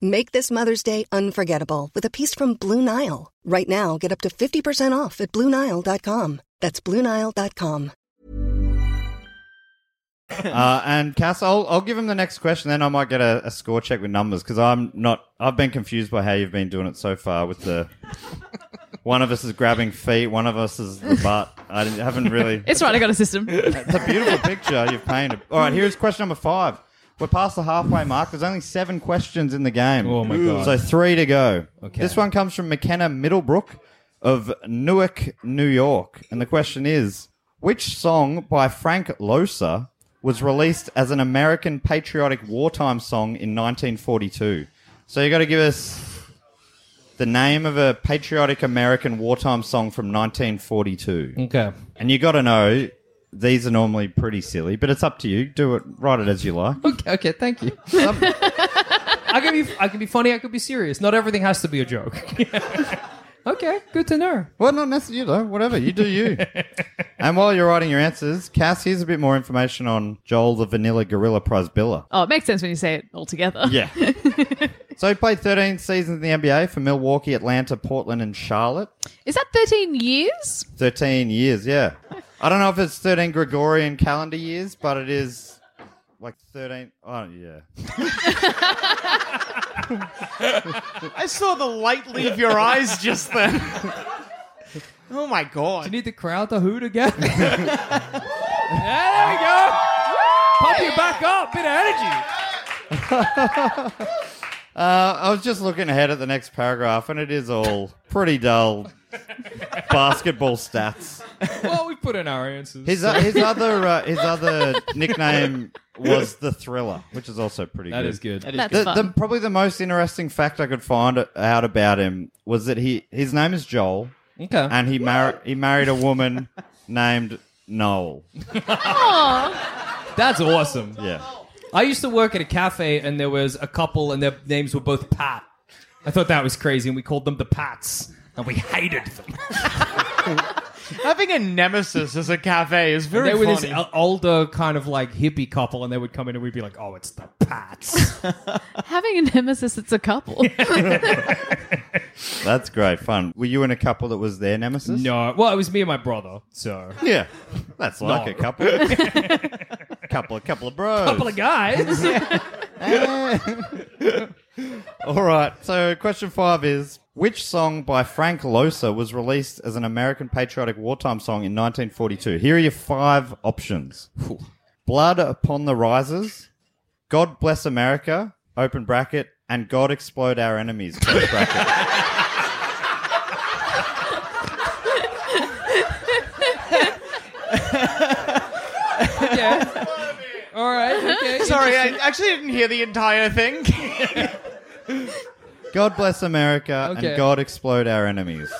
S5: Make this Mother's Day unforgettable with a piece from Blue Nile. Right now, get up to 50% off at BlueNile.com. That's BlueNile.com.
S1: Uh, and Cass, I'll, I'll give him the next question, then I might get a, a score check with numbers because I'm not. I've been confused by how you've been doing it so far. With the one of us is grabbing feet, one of us is the butt. I didn't- haven't really.
S3: It's right, I got a system.
S1: It's a beautiful picture you've painted. All right, here's question number five. We're past the halfway mark. There's only seven questions in the game.
S2: Oh, my God.
S1: So three to go. Okay. This one comes from McKenna Middlebrook of Newark, New York, and the question is: Which song by Frank Loesser was released as an American patriotic wartime song in 1942? So you got to give us the name of a patriotic American wartime song from 1942.
S2: okay.
S1: And you got to know these are normally pretty silly, but it's up to you. Do it, write it as you like.
S2: Okay. Okay. Thank you. I can be. I can be funny. I can be serious. Not everything has to be a joke. okay. Good to know.
S1: Well, not necessarily, you know, whatever. You do you. and while you're writing your answers, Cass, here's a bit more information on Joel the Vanilla Gorilla Prizebilla.
S3: Oh, it makes sense when you say it all together.
S1: Yeah. so he played 13 seasons in the NBA for Milwaukee, Atlanta, Portland, and Charlotte.
S3: Is that 13 years?
S1: 13 years, yeah. I don't know if it's 13 Gregorian calendar years, but it is like 13. Oh, yeah.
S4: I saw the light leave your eyes just then. oh my god!
S2: You need the crowd to hoot again. yeah, there we go. Pump you back up. Bit of energy.
S1: I was just looking ahead at the next paragraph, and it is all pretty dull basketball stats.
S2: well, we put in our answers.
S1: His uh, his other uh, his other nickname was the Thriller, which is also pretty
S2: that
S1: good.
S2: is good.
S4: That is
S3: That's
S1: The,
S3: fun.
S1: the, probably the most interesting fact I could find out about him was that he his name is Joel,
S2: Okay.
S1: and he mar- he married a woman named Noel.
S2: That's awesome.
S1: Yeah,
S2: I used to work at a cafe and there was a couple and their names were both Pat. I thought that was crazy and we called them the Pats and we hated them.
S4: Having a nemesis as a cafe is very
S2: they were this
S4: funny.
S2: o- older kind of like hippie couple and they would come in and we'd be like, oh, it's the Pats.
S3: Having a nemesis, it's a couple.
S1: that's great fun. Were you in a couple that was their nemesis?
S2: no. Well, it was me and my brother, so.
S1: Yeah, that's like a couple. couple, couple of bros.
S2: couple of guys.
S1: All right. So, question five is: Which song by Frank Loesser was released as an American patriotic wartime song in 1942? Here are your five options: "Blood Upon the Rises," "God Bless America" (open bracket) and "God Explode Our Enemies." Close bracket.
S2: yeah. All right. Okay.
S4: Sorry, I actually didn't hear the entire thing.
S1: "God Bless America"
S2: Okay.
S1: and "God Explode Our Enemies."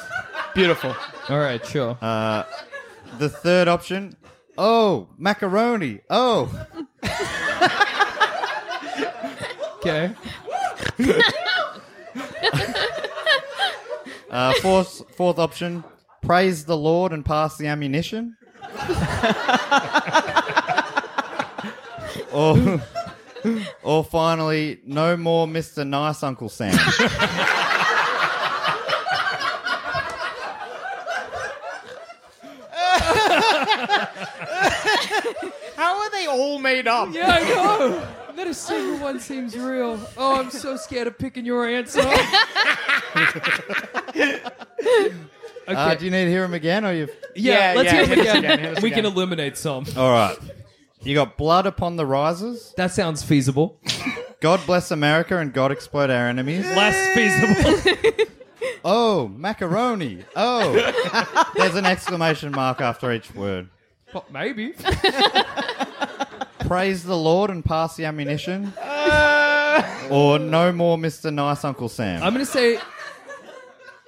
S4: Beautiful.
S2: All right. Sure.
S4: Uh,
S1: The third option: "Oh Macaroni." Oh.
S2: okay.
S1: Uh, fourth, fourth option: praise the Lord and pass the ammunition. or, or finally, no more Mister Nice Uncle Sam.
S4: How are they all made up?
S2: Yeah, I know. Not a single one seems real. Oh, I'm so scared of picking your answer. okay.
S1: Uh, do you need to hear him again, or you?
S2: yeah,
S4: Yeah,
S2: let's
S4: yeah,
S2: hear it
S4: hit us
S2: again.
S4: again, hit us
S2: we can
S4: again.
S2: eliminate some.
S1: All right. You got blood upon the rises.
S2: That sounds feasible.
S1: God bless America and God explode our enemies.
S2: Less feasible.
S1: Oh, macaroni. Oh, there's an exclamation mark after each word.
S2: Well, maybe.
S1: Praise the Lord and pass the ammunition. or no more Mr. Nice Uncle Sam.
S2: I'm gonna say.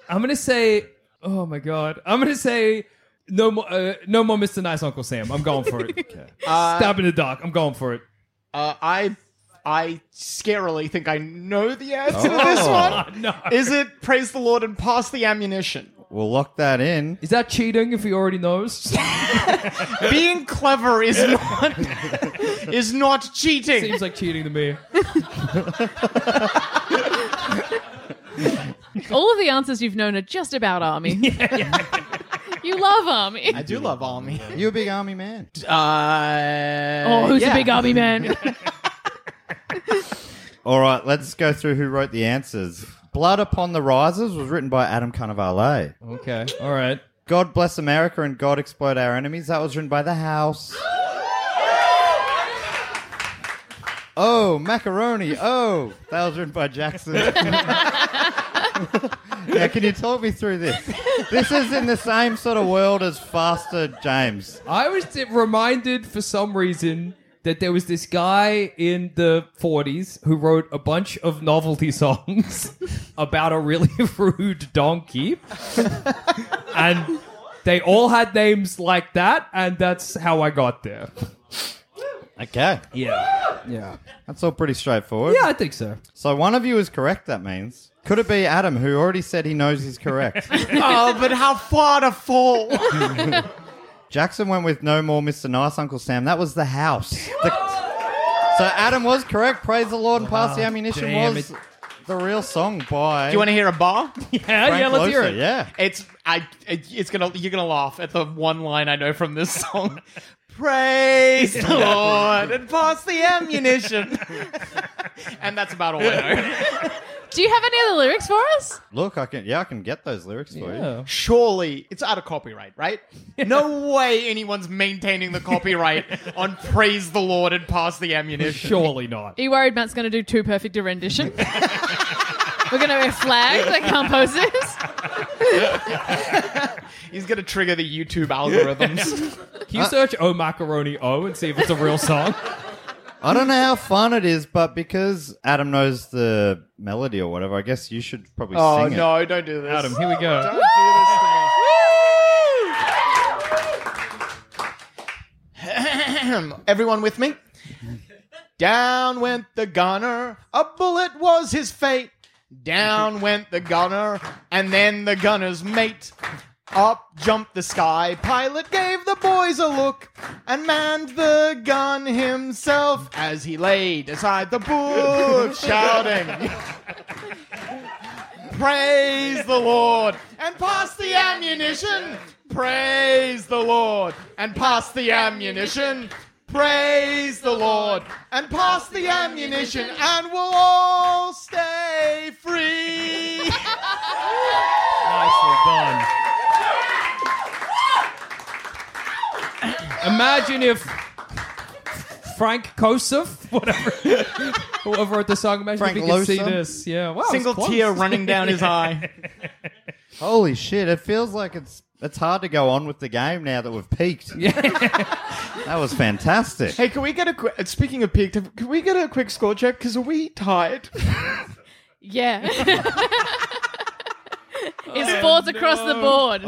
S2: I'm gonna say. Oh my god. I'm gonna say. No more, uh, no more, Mr. Nice Uncle Sam. I'm going for it. Stab in the dark. I'm going for it.
S4: Uh, I I scarily think I know the answer to this
S1: Oh.
S4: one.
S2: No.
S4: Is it praise the Lord and pass the ammunition?
S1: We'll lock that in.
S2: Is that cheating if he already knows?
S4: Being clever is not is not cheating.
S2: Seems like cheating to me.
S3: All of the answers you've known are just about army. you love army.
S4: I do love army.
S1: You're a big army man.
S4: Uh,
S3: oh, who's
S4: yeah.
S3: a big army man?
S1: All right, let's go through who wrote the answers. Blood Upon the Rises was written by Adam Cannavale.
S2: Okay. All right.
S1: God Bless America and God Explode Our Enemies, that was written by The House. Oh, Macaroni. Oh, that was written by Jackson. now, can you talk me through this? This is in the same sort of world as Faster James.
S2: I was t- reminded for some reason that there was this guy in the 40s who wrote a bunch of novelty songs about a really rude donkey. and they all had names like that, and that's how I got there.
S1: Okay.
S2: Yeah. Yeah.
S1: That's all pretty straightforward.
S2: Yeah, I think so.
S1: So one of you is correct, that means. Could it be Adam, who already said he knows he's correct?
S4: Oh, but how far to fall?
S1: Jackson went with No More Mr. Nice Uncle Sam. That was the house. The- so Adam was correct. Praise the Lord and Pass the Ammunition
S2: Ah, damn
S1: was
S2: it.
S1: the real song by.
S4: Do you want to hear a bar?
S2: Yeah, yeah, let's hear it.
S1: Yeah.
S4: It's I. It, it's gonna. You're gonna laugh at the one line I know from this song. Praise the Lord and pass the ammunition. and that's about all I know.
S3: do you have any other lyrics for us?
S1: Look, I can. Yeah, I can get those lyrics for you.
S2: Yeah.
S4: Surely it's out of copyright, right? No way anyone's maintaining the copyright on praise the Lord and pass the ammunition.
S2: Surely not.
S3: Are you worried Matt's going to do too perfect a rendition? We're going to be flagged that can't post this.
S4: He's going to trigger the YouTube algorithms.
S2: Can you search "Oh Macaroni Oh" and see if it's a real song?
S1: I don't know how fun it is, but because Adam knows the melody or whatever, I guess you should probably
S4: oh,
S1: sing it.
S4: no, don't do this.
S2: Adam, here we go.
S4: Don't do this to me. Ahem. Everyone with me? Down went the gunner, a bullet was his fate. Down went the gunner, and then the gunner's mate. Up jumped the sky pilot, gave the boys a look, and manned the gun himself as he laid aside the book, shouting. Praise the Lord. And pass the ammunition. Praise the Lord. And pass the ammunition. Praise the Lord. And pass the ammunition. And we'll all stay free.
S2: Nicely done. Imagine if Frank Kosef, whatever, whoever wrote the song, imagine
S1: Frank
S2: if he could see
S1: Lowsome?
S2: this. Yeah, wow, it was
S4: Single
S2: close.
S4: tear running down his eye.
S1: Holy shit! It feels like it's it's hard to go on with the game now that we've peaked. Yeah. that was fantastic.
S4: Hey, can we get a quick. Speaking of peak, can we get a quick score check? Because are we tired?
S3: Yeah. it's
S4: Oh,
S3: fourth across the board.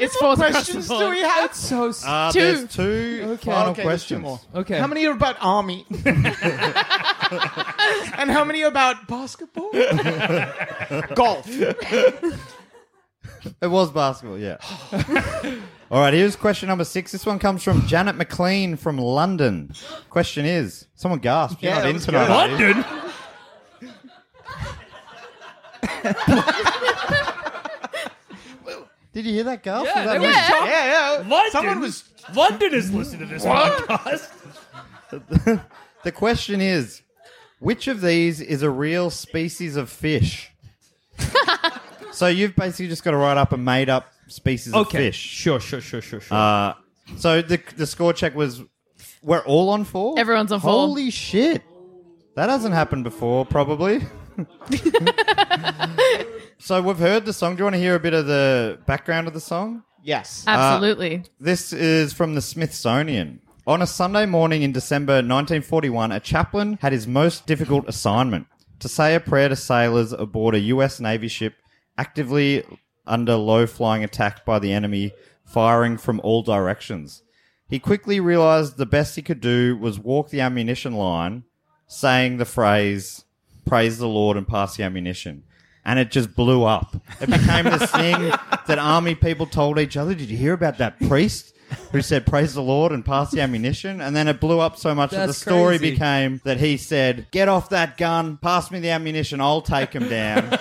S3: It's fourth across the
S4: Questions do
S3: board.
S4: we have?
S2: That's so. s-
S1: Uh,
S3: Two.
S1: There's two final
S4: Okay, there's two
S1: questions.
S4: more.
S2: okay,
S4: How many are about army? and how many are about basketball? Golf.
S1: It was basketball, yeah. All right, here's question number six. This one comes from Janet McLean from London. Question is, someone gasped. You're
S4: Yeah,
S1: not
S4: that
S1: in
S4: was
S1: tonight.
S4: good.
S1: are you?
S2: London.
S1: Did you hear that gasp? Was
S2: Yeah,
S1: that
S2: they were
S1: me?
S3: Yeah.
S4: Yeah, yeah.
S2: London.
S4: Someone was.
S2: Londoners listen to this podcast.
S1: The question is, which of these is a real species of fish? so you've basically just got to write up a made up species
S2: Okay,
S1: of fish.
S2: sure, sure, sure, sure, sure.
S1: Uh, so the the score check was we're all on four.
S3: Everyone's on four.
S1: Holy shit! That hasn't happened before, probably. so we've heard the song. Do you want to hear a bit of the background of the song?
S4: Yes.
S3: Uh, Absolutely.
S1: This is from the Smithsonian. On a Sunday morning in December 1941, a chaplain had his most difficult assignment to say a prayer to sailors aboard a U.S. Navy ship actively under low flying attack by the enemy, firing from all directions. He quickly realized the best he could do was walk the ammunition line, saying the phrase, Praise the Lord and pass the ammunition. And it just blew up. It became this thing that army people told each other. Did you hear about that priest who said, Praise the Lord and pass the ammunition? And then it blew up so much that the
S2: That's
S1: story
S2: crazy.
S1: became that he said, Get off that gun, pass me the ammunition, I'll take him down.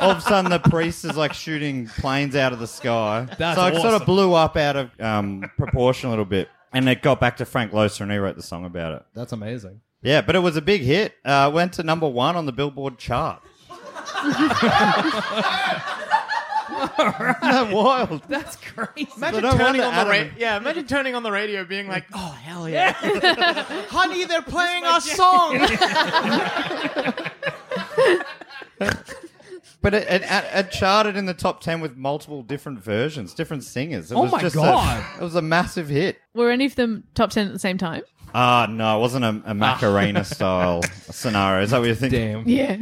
S1: All of a sudden, the priest is like shooting planes out of the sky.
S2: That's
S1: so it sort
S2: awesome.
S1: of blew up out of um, proportion a little bit. And it got back to Frank Loesser and he wrote the song about it.
S2: That's amazing.
S1: Yeah, but it was a big hit. Uh, went to number one on the Billboard chart. Isn't that wild?
S2: That's crazy.
S1: But
S4: Imagine
S1: I
S4: turning
S1: wonder,
S4: on the
S1: Adam-
S4: radio. Yeah, imagine turning on the radio, being like, "Oh hell yeah, honey, they're playing our song."
S1: But it, it, it, it charted in the top ten with multiple different versions, different singers. It
S2: Oh
S1: was
S2: my
S1: just
S2: God.
S1: A, it was a massive hit.
S3: Were any of them top 10 at the same time?
S1: Ah, no, it wasn't a, a Macarena style scenario. Is that what you're thinking?
S2: Damn.
S3: Yeah.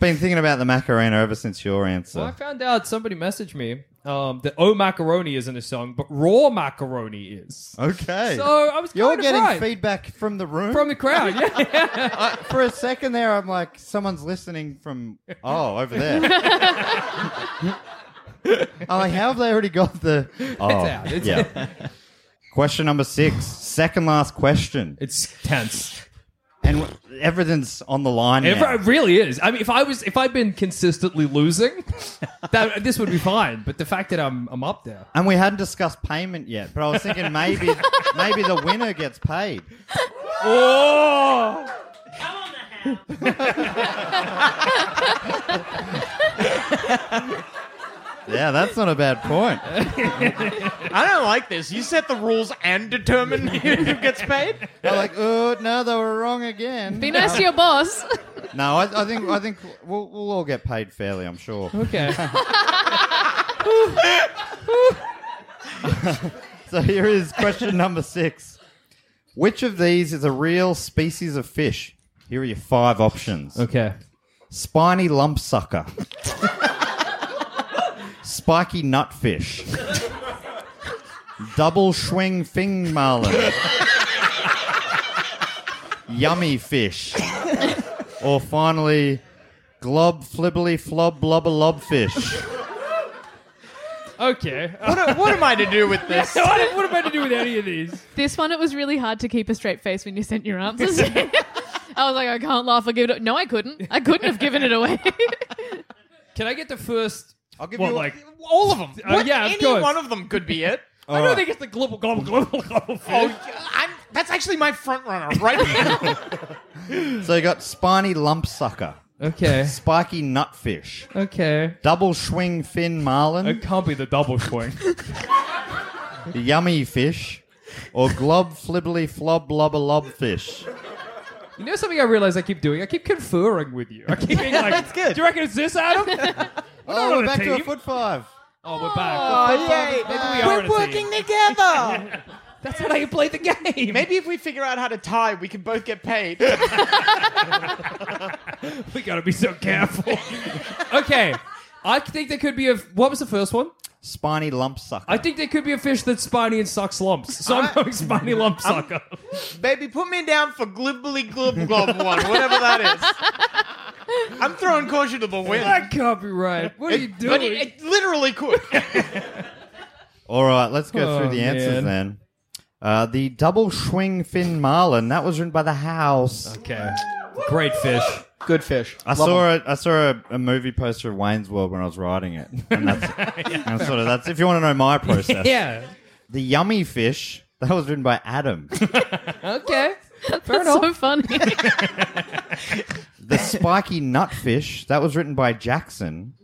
S1: Been thinking about the Macarena ever since your answer.
S2: Well, I found out somebody messaged me um, that "Oh Macaroni" isn't a song, but "Raw Macaroni" is.
S1: Okay.
S2: So I was
S1: You're
S2: kinda
S1: getting
S2: right.
S1: feedback from the room.
S2: from the crowd. Yeah,
S1: I, for a second there, I'm like, someone's listening from oh over there. I'm like, how have they already got the? Oh,
S2: out, it's
S1: yeah. question number six, second last question,
S2: it's tense.
S1: and w- everything's on the line.
S2: It,
S1: now.
S2: it really is. I mean, if I was, if I'd been consistently losing, that this would be fine. But the fact that I'm, I'm up there.
S1: And we hadn't discussed payment yet, but I was thinking maybe maybe the winner gets paid.
S2: Oh,
S1: Yeah, that's not a bad point.
S4: I don't like this. You set the rules and determine who gets paid.
S1: I'm like, oh no, they were wrong again.
S3: Be nice to your boss.
S1: No, I, I think I think we'll, we'll all get paid fairly. I'm sure.
S2: Okay.
S1: So here is question number six. Which of these is a real species of fish? Here are your five options.
S2: okay.
S1: Spiny lump sucker. Spiky nutfish. Double swing fing marlin. Yummy fish. or finally, glob flibbly flob blubber lob fish.
S2: Okay.
S4: What, what am I to do with this?
S2: what, what am I to do with any of these?
S3: This one, it was really hard to keep a straight face when you sent your answers. I was like, I can't laugh. I give it. No, I couldn't. I couldn't have given it away.
S2: Can I get the first?
S4: I'll give
S2: What,
S4: you
S2: like-
S4: all of them.
S2: Uh,
S4: What-
S2: yeah, of
S4: any
S2: course.
S4: one of them could be it.
S2: I don't think it's the global, global, global, global.
S4: Oh,
S2: Fish.
S4: yeah, I'm, that's actually my front runner right now.
S1: So you got spiny lump sucker.
S2: Oh, Okay.
S1: Spiky nutfish.
S2: Okay.
S1: Double swing fin marlin.
S2: It can't be the double swing.
S1: yummy fish or glob flibbly flob blubber lob fish.
S2: You know something I realize I keep doing? I keep conferring with you. I keep being like,
S4: That's good.
S2: Do you reckon it's this, Adam? we're not
S1: Oh,
S2: on
S1: we're
S2: a
S1: back to
S2: team.
S1: a foot five.
S2: oh, we're back.
S4: yay.
S2: we are on a team.
S4: together.
S2: That's not how you play the game.
S4: Maybe if we figure out how to tie, we can both get paid.
S2: we gotta be so careful. okay. I think there could be a. What was the first one?
S1: Spiny lump sucker.
S2: I think there could be a fish that's spiny and sucks lumps. So I'm
S4: I-
S2: going spiny lump sucker.
S4: Baby, put me down for glibbly glub glub one, whatever that is. I'm throwing caution to the wind.
S2: that can't be right. What are you doing?
S4: But it, it literally could.
S1: All right, let's go through
S2: Oh,
S1: the answers
S2: man.
S1: then. Uh, the double swing fin marlin that was written by the house.
S2: okay. Great fish.
S4: Good fish.
S1: I saw a, I saw a, a movie poster of Wayne's World when I was writing it, and that's, and sort of that's if you want to know my process.
S2: Yeah.
S1: The yummy fish that was written by Adam.
S2: Okay. Fair
S3: That's
S2: enough.
S3: so funny.
S1: The spiky nutfish that was written by Jackson.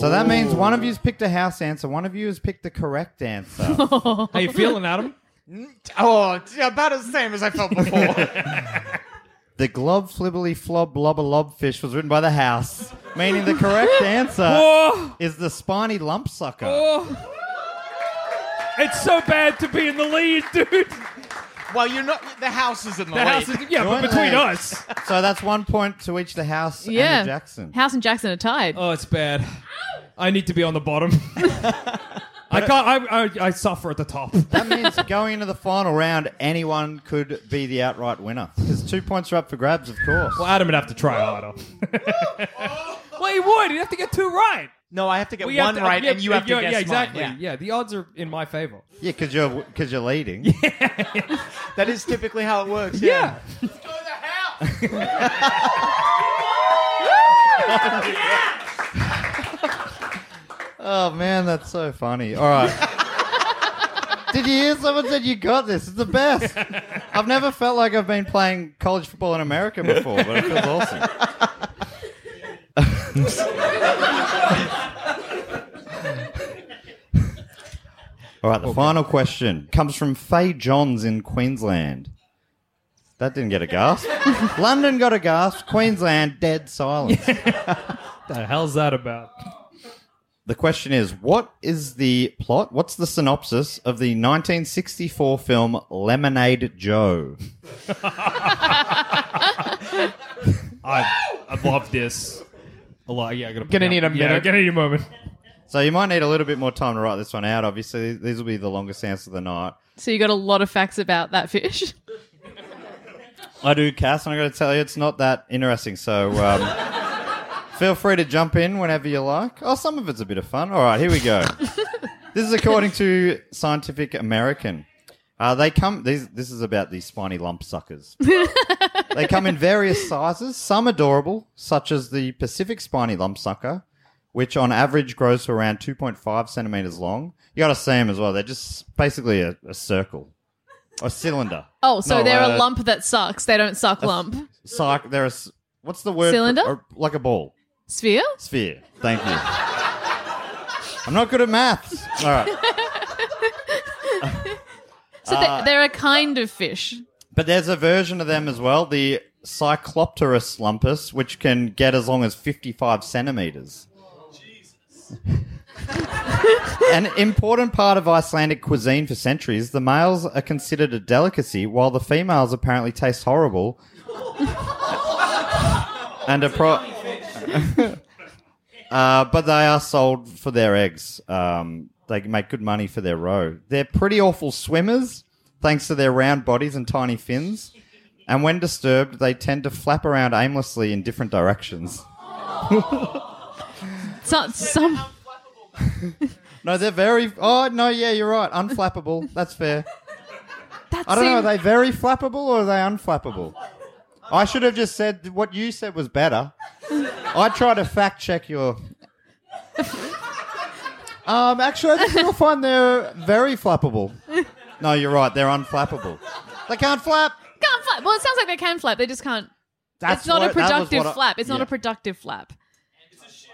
S1: So that means one of you's picked a house answer, one of you has picked the correct answer.
S2: How you feeling, Adam?
S4: Oh, t- about the same as I felt before.
S1: the glob flibbly flob blubber lob fish was written by the house, meaning the correct answer
S2: Oh,
S1: is the spiny lump sucker.
S2: it's so bad to be in the lead, dude.
S4: well, you're not. The house is in the,
S2: The
S4: lead.
S2: house is yeah, but
S1: Jointly.
S2: between us.
S1: So that's one point to each the house
S3: yeah.
S1: and the Jackson.
S3: House and Jackson are tied.
S2: Oh, it's bad. I need to be on the bottom. I can't. I, I I suffer at the top.
S1: that means going into the final round, anyone could be the outright winner. Because two points are up for grabs, of course.
S2: Well, Adam would have to try harder. well, he would. He'd have to get two right.
S4: No, I have to get
S2: We have
S4: one
S2: to- uh,
S4: right,
S2: yeah,
S4: and you have to
S2: yeah,
S4: guess
S2: Yeah,
S4: mine.
S2: exactly.
S4: Yeah.
S2: yeah, the odds are in my favor.
S1: Yeah, because you're, cause you're leading.
S4: That is typically how it works.
S2: Yeah.
S4: Yeah.
S1: Oh man, that's so funny. All right. Did you hear someone said you got this? It's the best. I've never felt like I've been playing college football in America before, but it feels awesome. All right, the final question comes from Faye Johns in Queensland. That didn't get a gasp. London got a gasp. Queensland, dead silence.
S2: The hell's that about?
S1: The question is, what is the plot? What's the synopsis of the 1964 film Lemonade Joe?
S2: I I love this a lot. Yeah, I'm gonna
S4: Gonna need a
S2: Yeah,
S4: minute.
S2: gonna need a moment.
S1: So you might need a little bit more time to write this one out. Obviously, these will be the longest answer of the night.
S3: So you got a lot of facts about that fish.
S1: I do, Cass, and I'm going to tell you it's not that interesting. So um, feel free to jump in whenever you like. Oh, some of it's a bit of fun. All right, here we go. this is according to Scientific American. Uh, they come. These, this is about these spiny lump suckers. they come in various sizes. Some adorable, such as the Pacific spiny lump sucker, which on average grows to around 2.5 centimeters long. You got to see them as well. They're just basically a, a circle, a cylinder.
S3: Oh, so
S1: No,
S3: they're
S1: uh,
S3: a lump that sucks. They don't suck lump.
S1: Sarc, there is what's the word?
S3: Cylinder?
S1: Or, like a ball.
S3: Sphere?
S1: Sphere. Thank you. I'm not good at maths. All right. Uh,
S3: So they, they're a kind of fish.
S1: But there's a version of them as well, the Cyclopterus lumpus, which can get as long as 55 centimeters. An important part of Icelandic cuisine for centuries, the males are considered a delicacy, while the females apparently taste horrible. and a pro. uh, but they are sold for their eggs. Um, they can make good money for their roe. They're pretty awful swimmers, thanks to their round bodies and tiny fins. And when disturbed, they tend to flap around aimlessly in different directions.
S3: So, some
S1: No, they're very. Oh no, yeah, you're right. Unflappable. That's fair.
S3: that
S1: I don't know. Are
S3: seemed-
S1: they very flappable or are they unflappable? I should have just said what you said was better. I try to fact check your. Um, actually, I think you'll find they're very flappable. No, you're right. They're unflappable. They can't flap.
S3: can't flap. Well, it sounds like they can flap. They just can't.
S1: That's
S3: it's not
S1: what-
S3: a
S1: that was
S3: productive
S1: what I-
S3: flap. It's not
S1: Yeah.
S3: a productive flap. It's a shit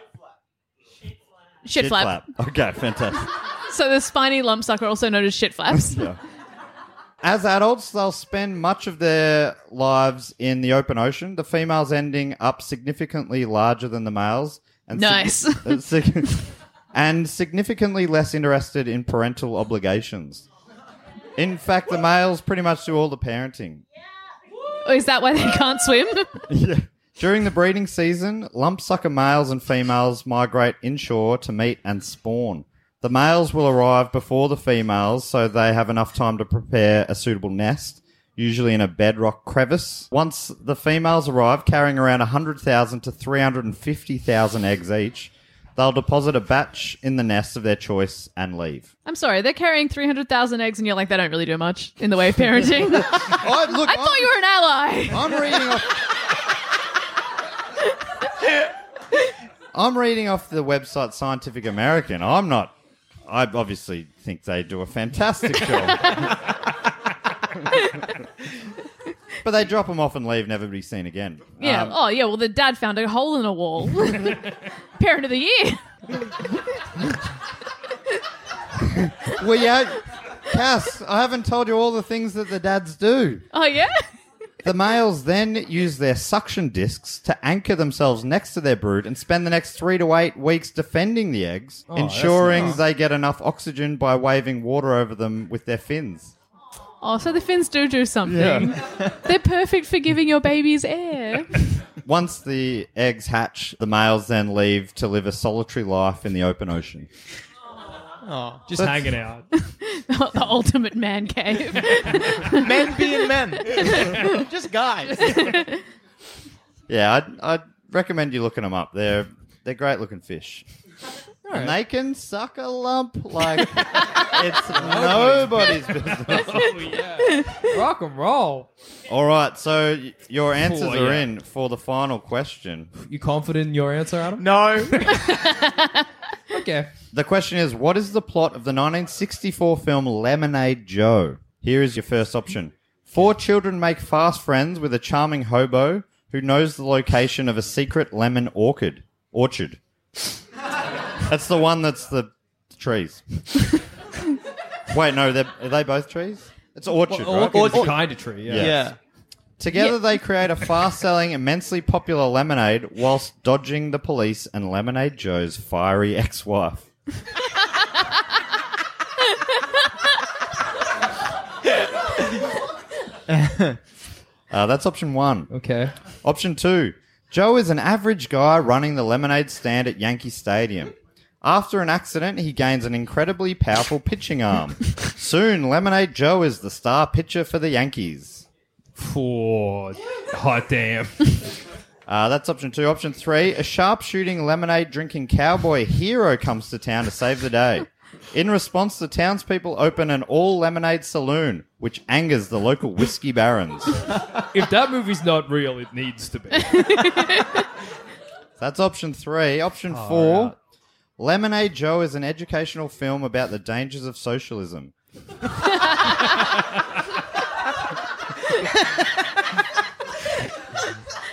S1: Did
S3: flap. Shit flap.
S1: Okay, fantastic.
S3: So the spiny lump sucker, also known as shit flaps.
S1: As adults, they'll spend much of their lives in the open ocean, the females ending up significantly larger than the males. And sig-
S3: Nice.
S1: uh, sig- and significantly less interested in parental obligations. In fact, the males pretty much do all the parenting.
S3: Or Is that why they can't swim?
S1: During the breeding season, lump sucker males and females migrate inshore to mate and spawn. The males will arrive before the females, so they have enough time to prepare a suitable nest, usually in a bedrock crevice. Once the females arrive, carrying around 100,000 to 350,000 eggs each, they'll deposit a batch in the nest of their choice and leave.
S3: I'm sorry, they're carrying 300,000 eggs, and you're like, they don't really do much in the way of parenting. I
S1: I, look, I
S3: thought you were an ally.
S1: I'm reading off. I'm reading off the website Scientific American. I'm not. I obviously think they do a fantastic job. but they drop them off and leave, never to be seen again.
S3: Yeah.
S1: Um,
S3: oh, yeah. Well, the dad found a hole in a wall. Parent of the year.
S1: well, yeah. Cass, I haven't told you all the things that the dads do.
S3: Oh, yeah?
S1: The males then use their suction discs to anchor themselves next to their brood and spend the next three to eight weeks defending the eggs, ensuring they get enough oxygen by waving water over them with their fins.
S3: Oh, so the fins do do something. They're perfect for giving your babies air.
S1: Once the eggs hatch, the males then leave to live a solitary life in the open ocean.
S2: Just hanging out.
S3: Not the ultimate man cave.
S4: men being men. Just guys.
S1: Yeah, I'd, I'd recommend you looking them up. They're they're great looking fish. And they can suck a lump like it's nobody's business.
S2: Oh yeah, rock and roll.
S1: All right, so y- your answers
S2: Oh,
S1: are
S2: yeah.
S1: in for the final question.
S2: You confident in your answer, Adam?
S4: No.
S2: Okay.
S1: The question is what is the plot of the 1964 film Lemonade Joe? Here is your first option. Four children make fast friends with a charming hobo who knows the location of a secret lemon orchid. Orchard. that's the one that's the trees. Wait, no, they're, are they both trees? It's orchard, right?
S2: Orchid's a kind of tree. Yeah.
S4: Yeah.
S1: Together, they create a fast selling, immensely popular lemonade whilst dodging the police and Lemonade Joe's fiery ex wife. uh, that's option one.
S2: Okay.
S1: Option two Joe is an average guy running the lemonade stand at Yankee Stadium. After an accident, he gains an incredibly powerful pitching arm. Soon, Lemonade Joe is the star pitcher for the Yankees.
S2: Poor. Hot damn.
S1: Uh, that's option two. Option three, a sharpshooting, lemonade drinking cowboy hero comes to town to save the day. In response, the townspeople open an all lemonade saloon, which angers the local whiskey barons.
S2: if that movie's not real, it needs to be.
S1: That's option three. Option four, Lemonade Joe is an educational film about the dangers of socialism.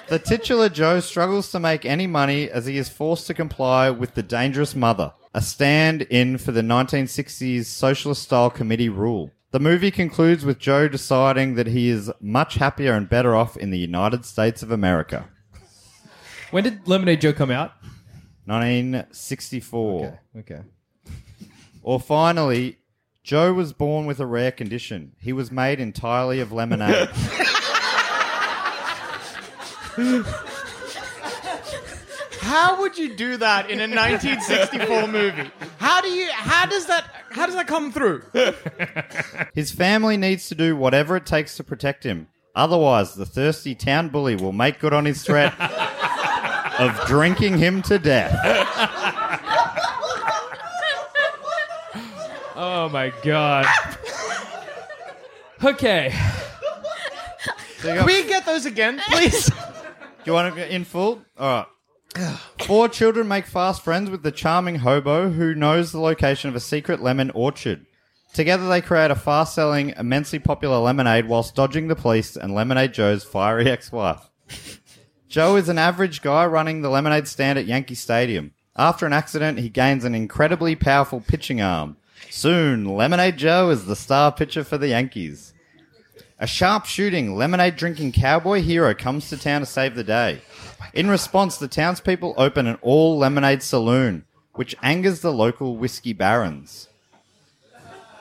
S1: The titular Joe struggles to make any money as he is forced to comply with the dangerous mother, a stand in for the 1960s socialist style committee rule. The movie concludes with Joe deciding that he is much happier and better off in the United States of America.
S2: When did Lemonade Joe come out?
S1: 1964.
S2: Okay.
S1: Or finally, Joe was born with a rare condition. He was made entirely of lemonade.
S4: How would you do that in a 1964 movie? How do you? How does that? How does that come through?
S1: His family needs to do whatever it takes to protect him. Otherwise, the thirsty town bully will make good on his threat of drinking him to death.
S2: Oh my god. okay.
S1: So you
S4: Can
S1: got-
S4: we get those again, please?
S1: Do you want to in full? All right. Four children make fast friends with the charming hobo who knows the location of a secret lemon orchard. Together, they create a fast selling, immensely popular lemonade whilst dodging the police and Lemonade Joe's fiery ex wife. Joe is an average guy running the lemonade stand at Yankee Stadium. After an accident, he gains an incredibly powerful pitching arm. Soon, Lemonade Joe is the star pitcher for the Yankees. A sharp shooting, lemonade drinking cowboy hero comes to town to save the day. In response, the townspeople open an all lemonade saloon, which angers the local whiskey barons.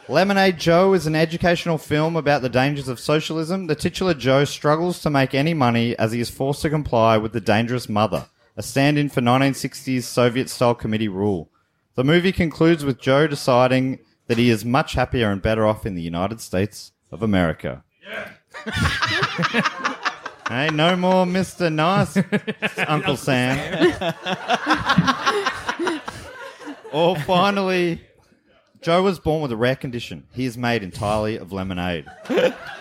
S1: Lemonade Joe is an educational film about the dangers of socialism. The titular Joe struggles to make any money as he is forced to comply with the dangerous mother, a stand in for 1960s Soviet style committee rule. The movie concludes with Joe deciding that he is much happier and better off in the United States of America. Hey, no more Mr. Nice, Uncle Sam. or finally, Joe was born with a rare condition. He is made entirely of lemonade.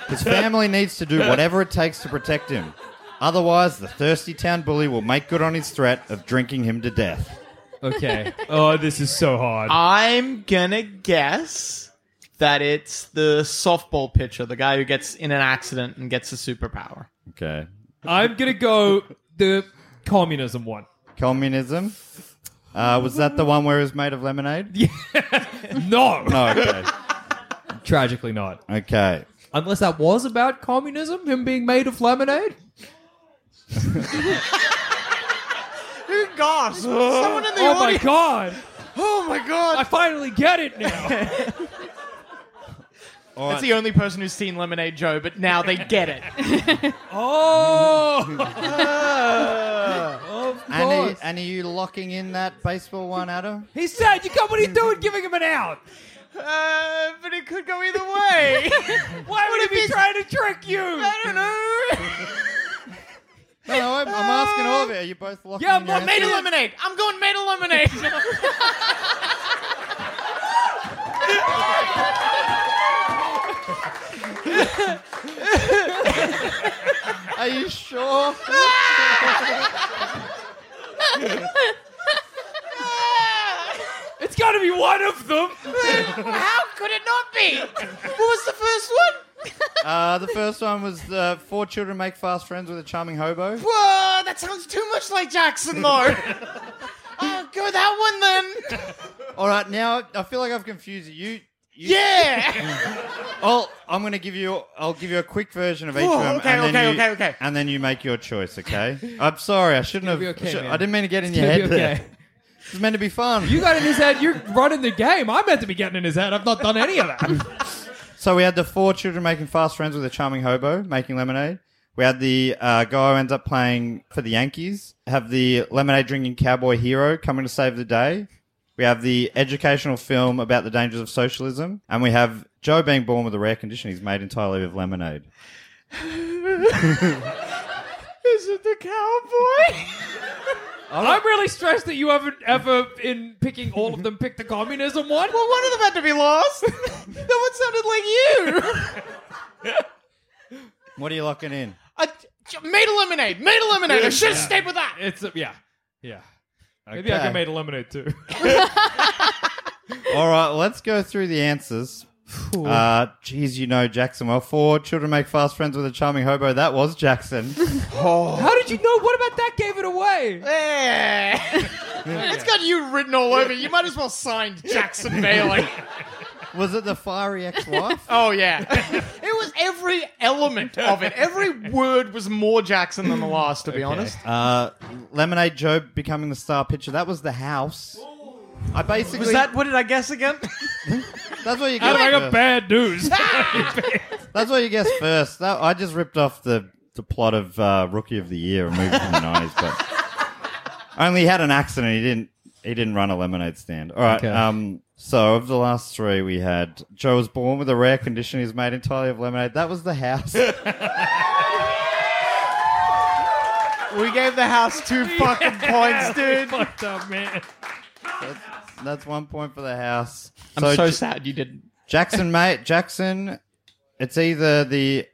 S1: His family needs to do whatever it takes to protect him. Otherwise, the thirsty town bully will make good on his threat of drinking him to death.
S2: Okay. Oh, this is so hard.
S4: I'm gonna guess that it's the softball pitcher, the guy who gets in an accident and gets a superpower.
S1: Okay.
S2: I'm gonna go the communism one.
S1: Communism. Uh, was that the one where it was made of lemonade? Yeah.
S2: No,
S1: Oh, okay.
S2: tragically not.
S1: Okay.
S2: Unless that was about communism, him being made of lemonade.
S4: Who gasps? Someone in the
S2: oh
S4: audience.
S2: my god!
S4: Oh my god!
S2: I finally get it now.
S4: That's the only person who's seen Lemonade Joe, but now they get it.
S2: Oh, of
S1: And are,
S2: course.
S1: and are you locking in that baseball one, Adam?
S2: He said, "You got what he's doing, giving him an out.
S4: Uh, but it could go either way.
S2: Why would
S4: What
S2: he
S4: if
S2: be
S4: he's-
S2: trying to trick you?"
S4: I don't know.
S1: No, no, I'm, I'm asking all of it. Are you both locking
S2: Yeah,
S1: in?
S2: I'm
S1: your
S2: not
S1: answer?
S4: Made a lemonade. I'm going made a lemonade.
S1: Are you sure?
S2: It's got to be one of them.
S4: How could it not be? What was the first one?
S1: uh, the first one was uh, Four Children Make Fast Friends with a Charming Hobo.
S4: Whoa, that sounds too much like Jackson, though. oh, go that one then.
S1: All right, now I feel like I've confused you. you
S4: Yeah.
S1: I'll, I'm going to give you. I'll give you a quick version of each
S4: Ooh,
S1: of them.
S4: okay,
S1: and then
S4: okay,
S1: you,
S4: okay, okay.
S1: And then you make your choice. Okay. I'm sorry. I shouldn't have.
S2: be okay,
S1: should-
S2: man.
S1: I didn't mean to get in your
S2: Maybe
S1: head.
S2: okay.
S1: There. It's meant to be fun.
S2: You got in his head. You're running the game. I'm meant to be getting in his head. I've not done any of that.
S1: So we had the four children making fast friends with a charming hobo making lemonade. We had the uh, guy who ends up playing for the Yankees. Have the lemonade drinking cowboy hero coming to save the day. We have the educational film about the dangers of socialism, and we have Joe being born with a rare condition. He's made entirely of lemonade.
S4: Is it the cowboy?
S2: I'm really stressed that you haven't ever, in picking all of them, picked the communism one.
S4: Well, one of them had to be lost. that one sounded like you.
S1: What are you locking in?
S4: I j- made a lemonade. Made a lemonade. I should have stayed with that.
S2: It's a, yeah, yeah. Maybe I
S1: Okay.
S2: can made a lemonade too.
S1: All right, let's go through the answers. Uh, geez, you know Jackson well. Four children make fast friends with a charming hobo. That was Jackson.
S2: How did you know? What about that gave it away?
S4: Eh. it's got you written all over. it. You might as well sign Jackson Bailey.
S1: Was it the fiery ex-wife?
S4: Oh yeah, it was every element of it. Every word was more Jackson than the last. To be honest,
S1: uh, Lemonade Joe becoming the star picture. That was the house. I basically
S4: was that what did I guess again?
S1: that's what you
S2: I
S1: guessed.
S2: don't got
S1: first.
S2: bad news.
S1: That's what you guessed first. That, I just ripped off the, the plot of uh, Rookie of the Year and moved it from the nineties, but only had an accident. He didn't. He didn't run a lemonade stand. All right. Um. So of the last three, we had Joe was born with a rare condition. He's made entirely of lemonade. That was the house.
S4: we gave the house two fucking points, dude.
S2: Fucked up, man.
S1: That's one point for the house.
S4: I'm so,
S1: J-
S4: sad you didn't.
S1: Jackson, mate, Jackson. It's either the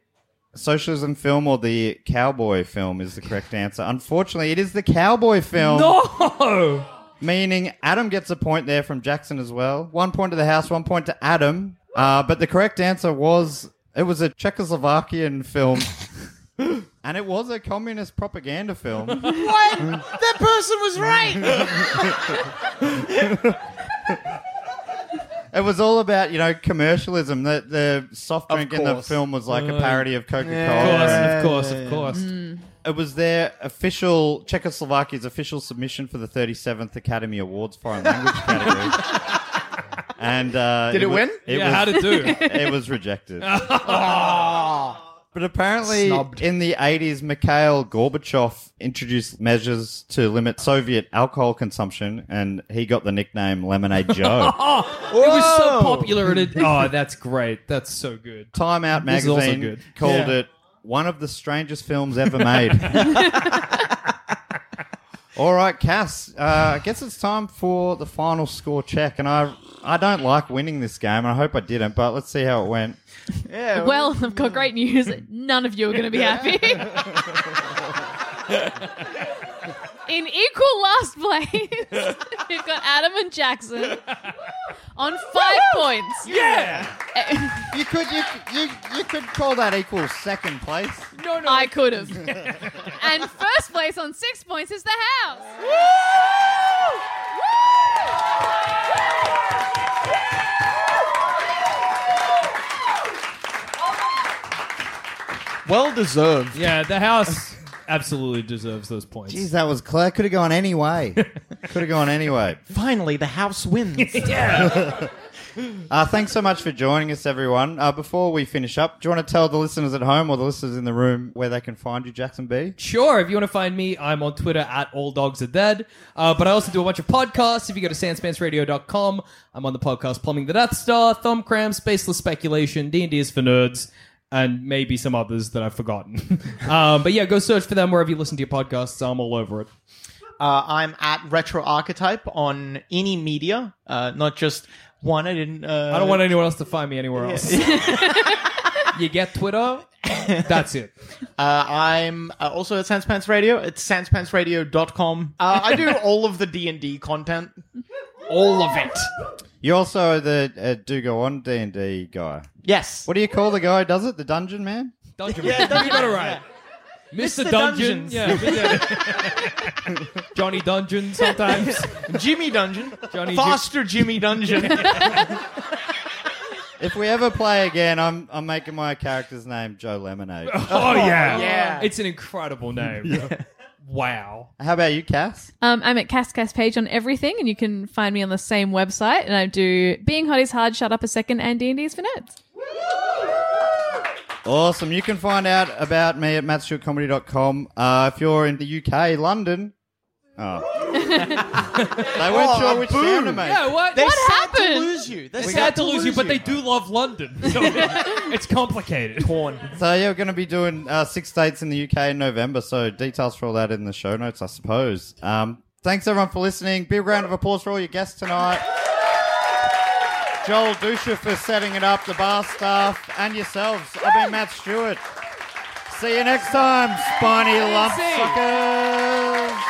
S1: socialism film or the cowboy film is the correct answer. Unfortunately, it is the cowboy film.
S2: No.
S4: Oh.
S1: Meaning Adam gets a point there from Jackson as well. One point to the house, one point to Adam. Uh, but the correct answer was it was a Czechoslovakian film. and it was a communist propaganda film.
S4: What? that person was right.
S1: it was all about, you know, commercialism. The, the soft
S4: Of
S1: drink in the
S4: course.
S1: film was like a parody of Coca Cola.
S2: Uh, Of course, of course,
S4: Mm.
S2: of course.
S1: It was their official, Czechoslovakia's official submission for the 37th Academy Awards Foreign Language category. And uh,
S4: Did it
S1: wa-
S4: win?
S2: Yeah, how to do?
S1: it was rejected. But apparently,
S4: Snubbed.
S1: in the 80s, Mikhail Gorbachev introduced measures to limit Soviet alcohol consumption, and he got the nickname Lemonade Joe.
S2: It was so popular. And it, oh, that's great. That's so good.
S1: Time Out
S2: This is also
S1: magazine
S2: good.
S1: called
S4: Yeah.
S1: it one of the strangest films ever made. All right, Cass. Uh, I guess it's time for the final score check, and I I don't like winning this game, and I hope I didn't. But let's see how it went.
S3: Well, I've got great news. None of you are going to be happy. In equal last place, you've got Adam and Jackson on five points.
S2: Yeah.
S1: You could you you you could call that equal second place.
S2: No, no.
S3: I could have. and first place on six points is the house.
S4: Well deserved.
S2: yeah, the house absolutely deserves those points.
S1: Jeez, that was clear. Could have gone any way. Could have gone any way.
S4: Finally, the house wins.
S1: Uh, thanks so much for joining us, everyone. Uh, before we finish up, do you want to tell the listeners at home or the listeners in the room where they can find you, Jackson B?
S2: Sure, if you want to find me, I'm on Twitter at All Dogs Are Dead. Uh, but I also do a bunch of podcasts. If you go to sanspantsradio.com, I'm on the podcast Plumbing the Death Star, Thumb Cram, Spaceless Speculation, D&D is for Nerds, and maybe some others that I've forgotten. um, but yeah, go search for them wherever you listen to your podcasts. I'm all over it.
S4: Uh, I'm at Retro Archetype on any media, uh, not just one. I didn't. Uh,
S2: I don't want anyone else to find me anywhere else. you get Twitter? That's it.
S4: Uh, I'm uh, also at Sans Pants Radio. It's sanspantsradio.com. Uh, I do all of the D and D content, all of it.
S1: You're also the uh, do go on D and D guy.
S4: Yes.
S1: What do you call the guy? who Does it the dungeon man?
S2: Dungeon Man. you got it right. Mr.
S4: Mr.
S2: Dungeon.
S4: Dungeons.
S2: Yeah. Johnny Dungeon sometimes.
S4: Jimmy Dungeon,
S2: Johnny
S4: faster Jimmy Dungeon.
S1: If we ever play again, I'm I'm making my character's name Joe Lemonade.
S2: Oh, yeah.
S4: yeah.
S2: It's an incredible name. Wow.
S1: How about you, Cass?
S3: Um, I'm at Cass Cass Page on everything, and you can find me on the same website. And I do Being Hot is Hard, Shut Up a Second, and D&D is for Nerds.
S1: Awesome. You can find out about me at mattstewartcomedy.com. Uh, if you're in the UK, London. Oh. they weren't
S4: Oh,
S1: sure
S4: a
S1: which
S4: boo.
S1: sound to make.
S2: Yeah, what?
S4: They
S2: They
S4: sad to
S3: happened?
S4: lose you. They're
S2: sad to lose you, but they do love London. So it's complicated.
S4: porn.
S1: So, yeah, we're going to be doing uh, six dates in the UK in November. So, details for all that in the show notes, I suppose. Um, thanks, everyone, for listening. Big round of applause for all your guests tonight. Joel Dusha for setting it up, the bar staff, and yourselves. I've been Matt Stewart. See you next time, spiny lump suckers.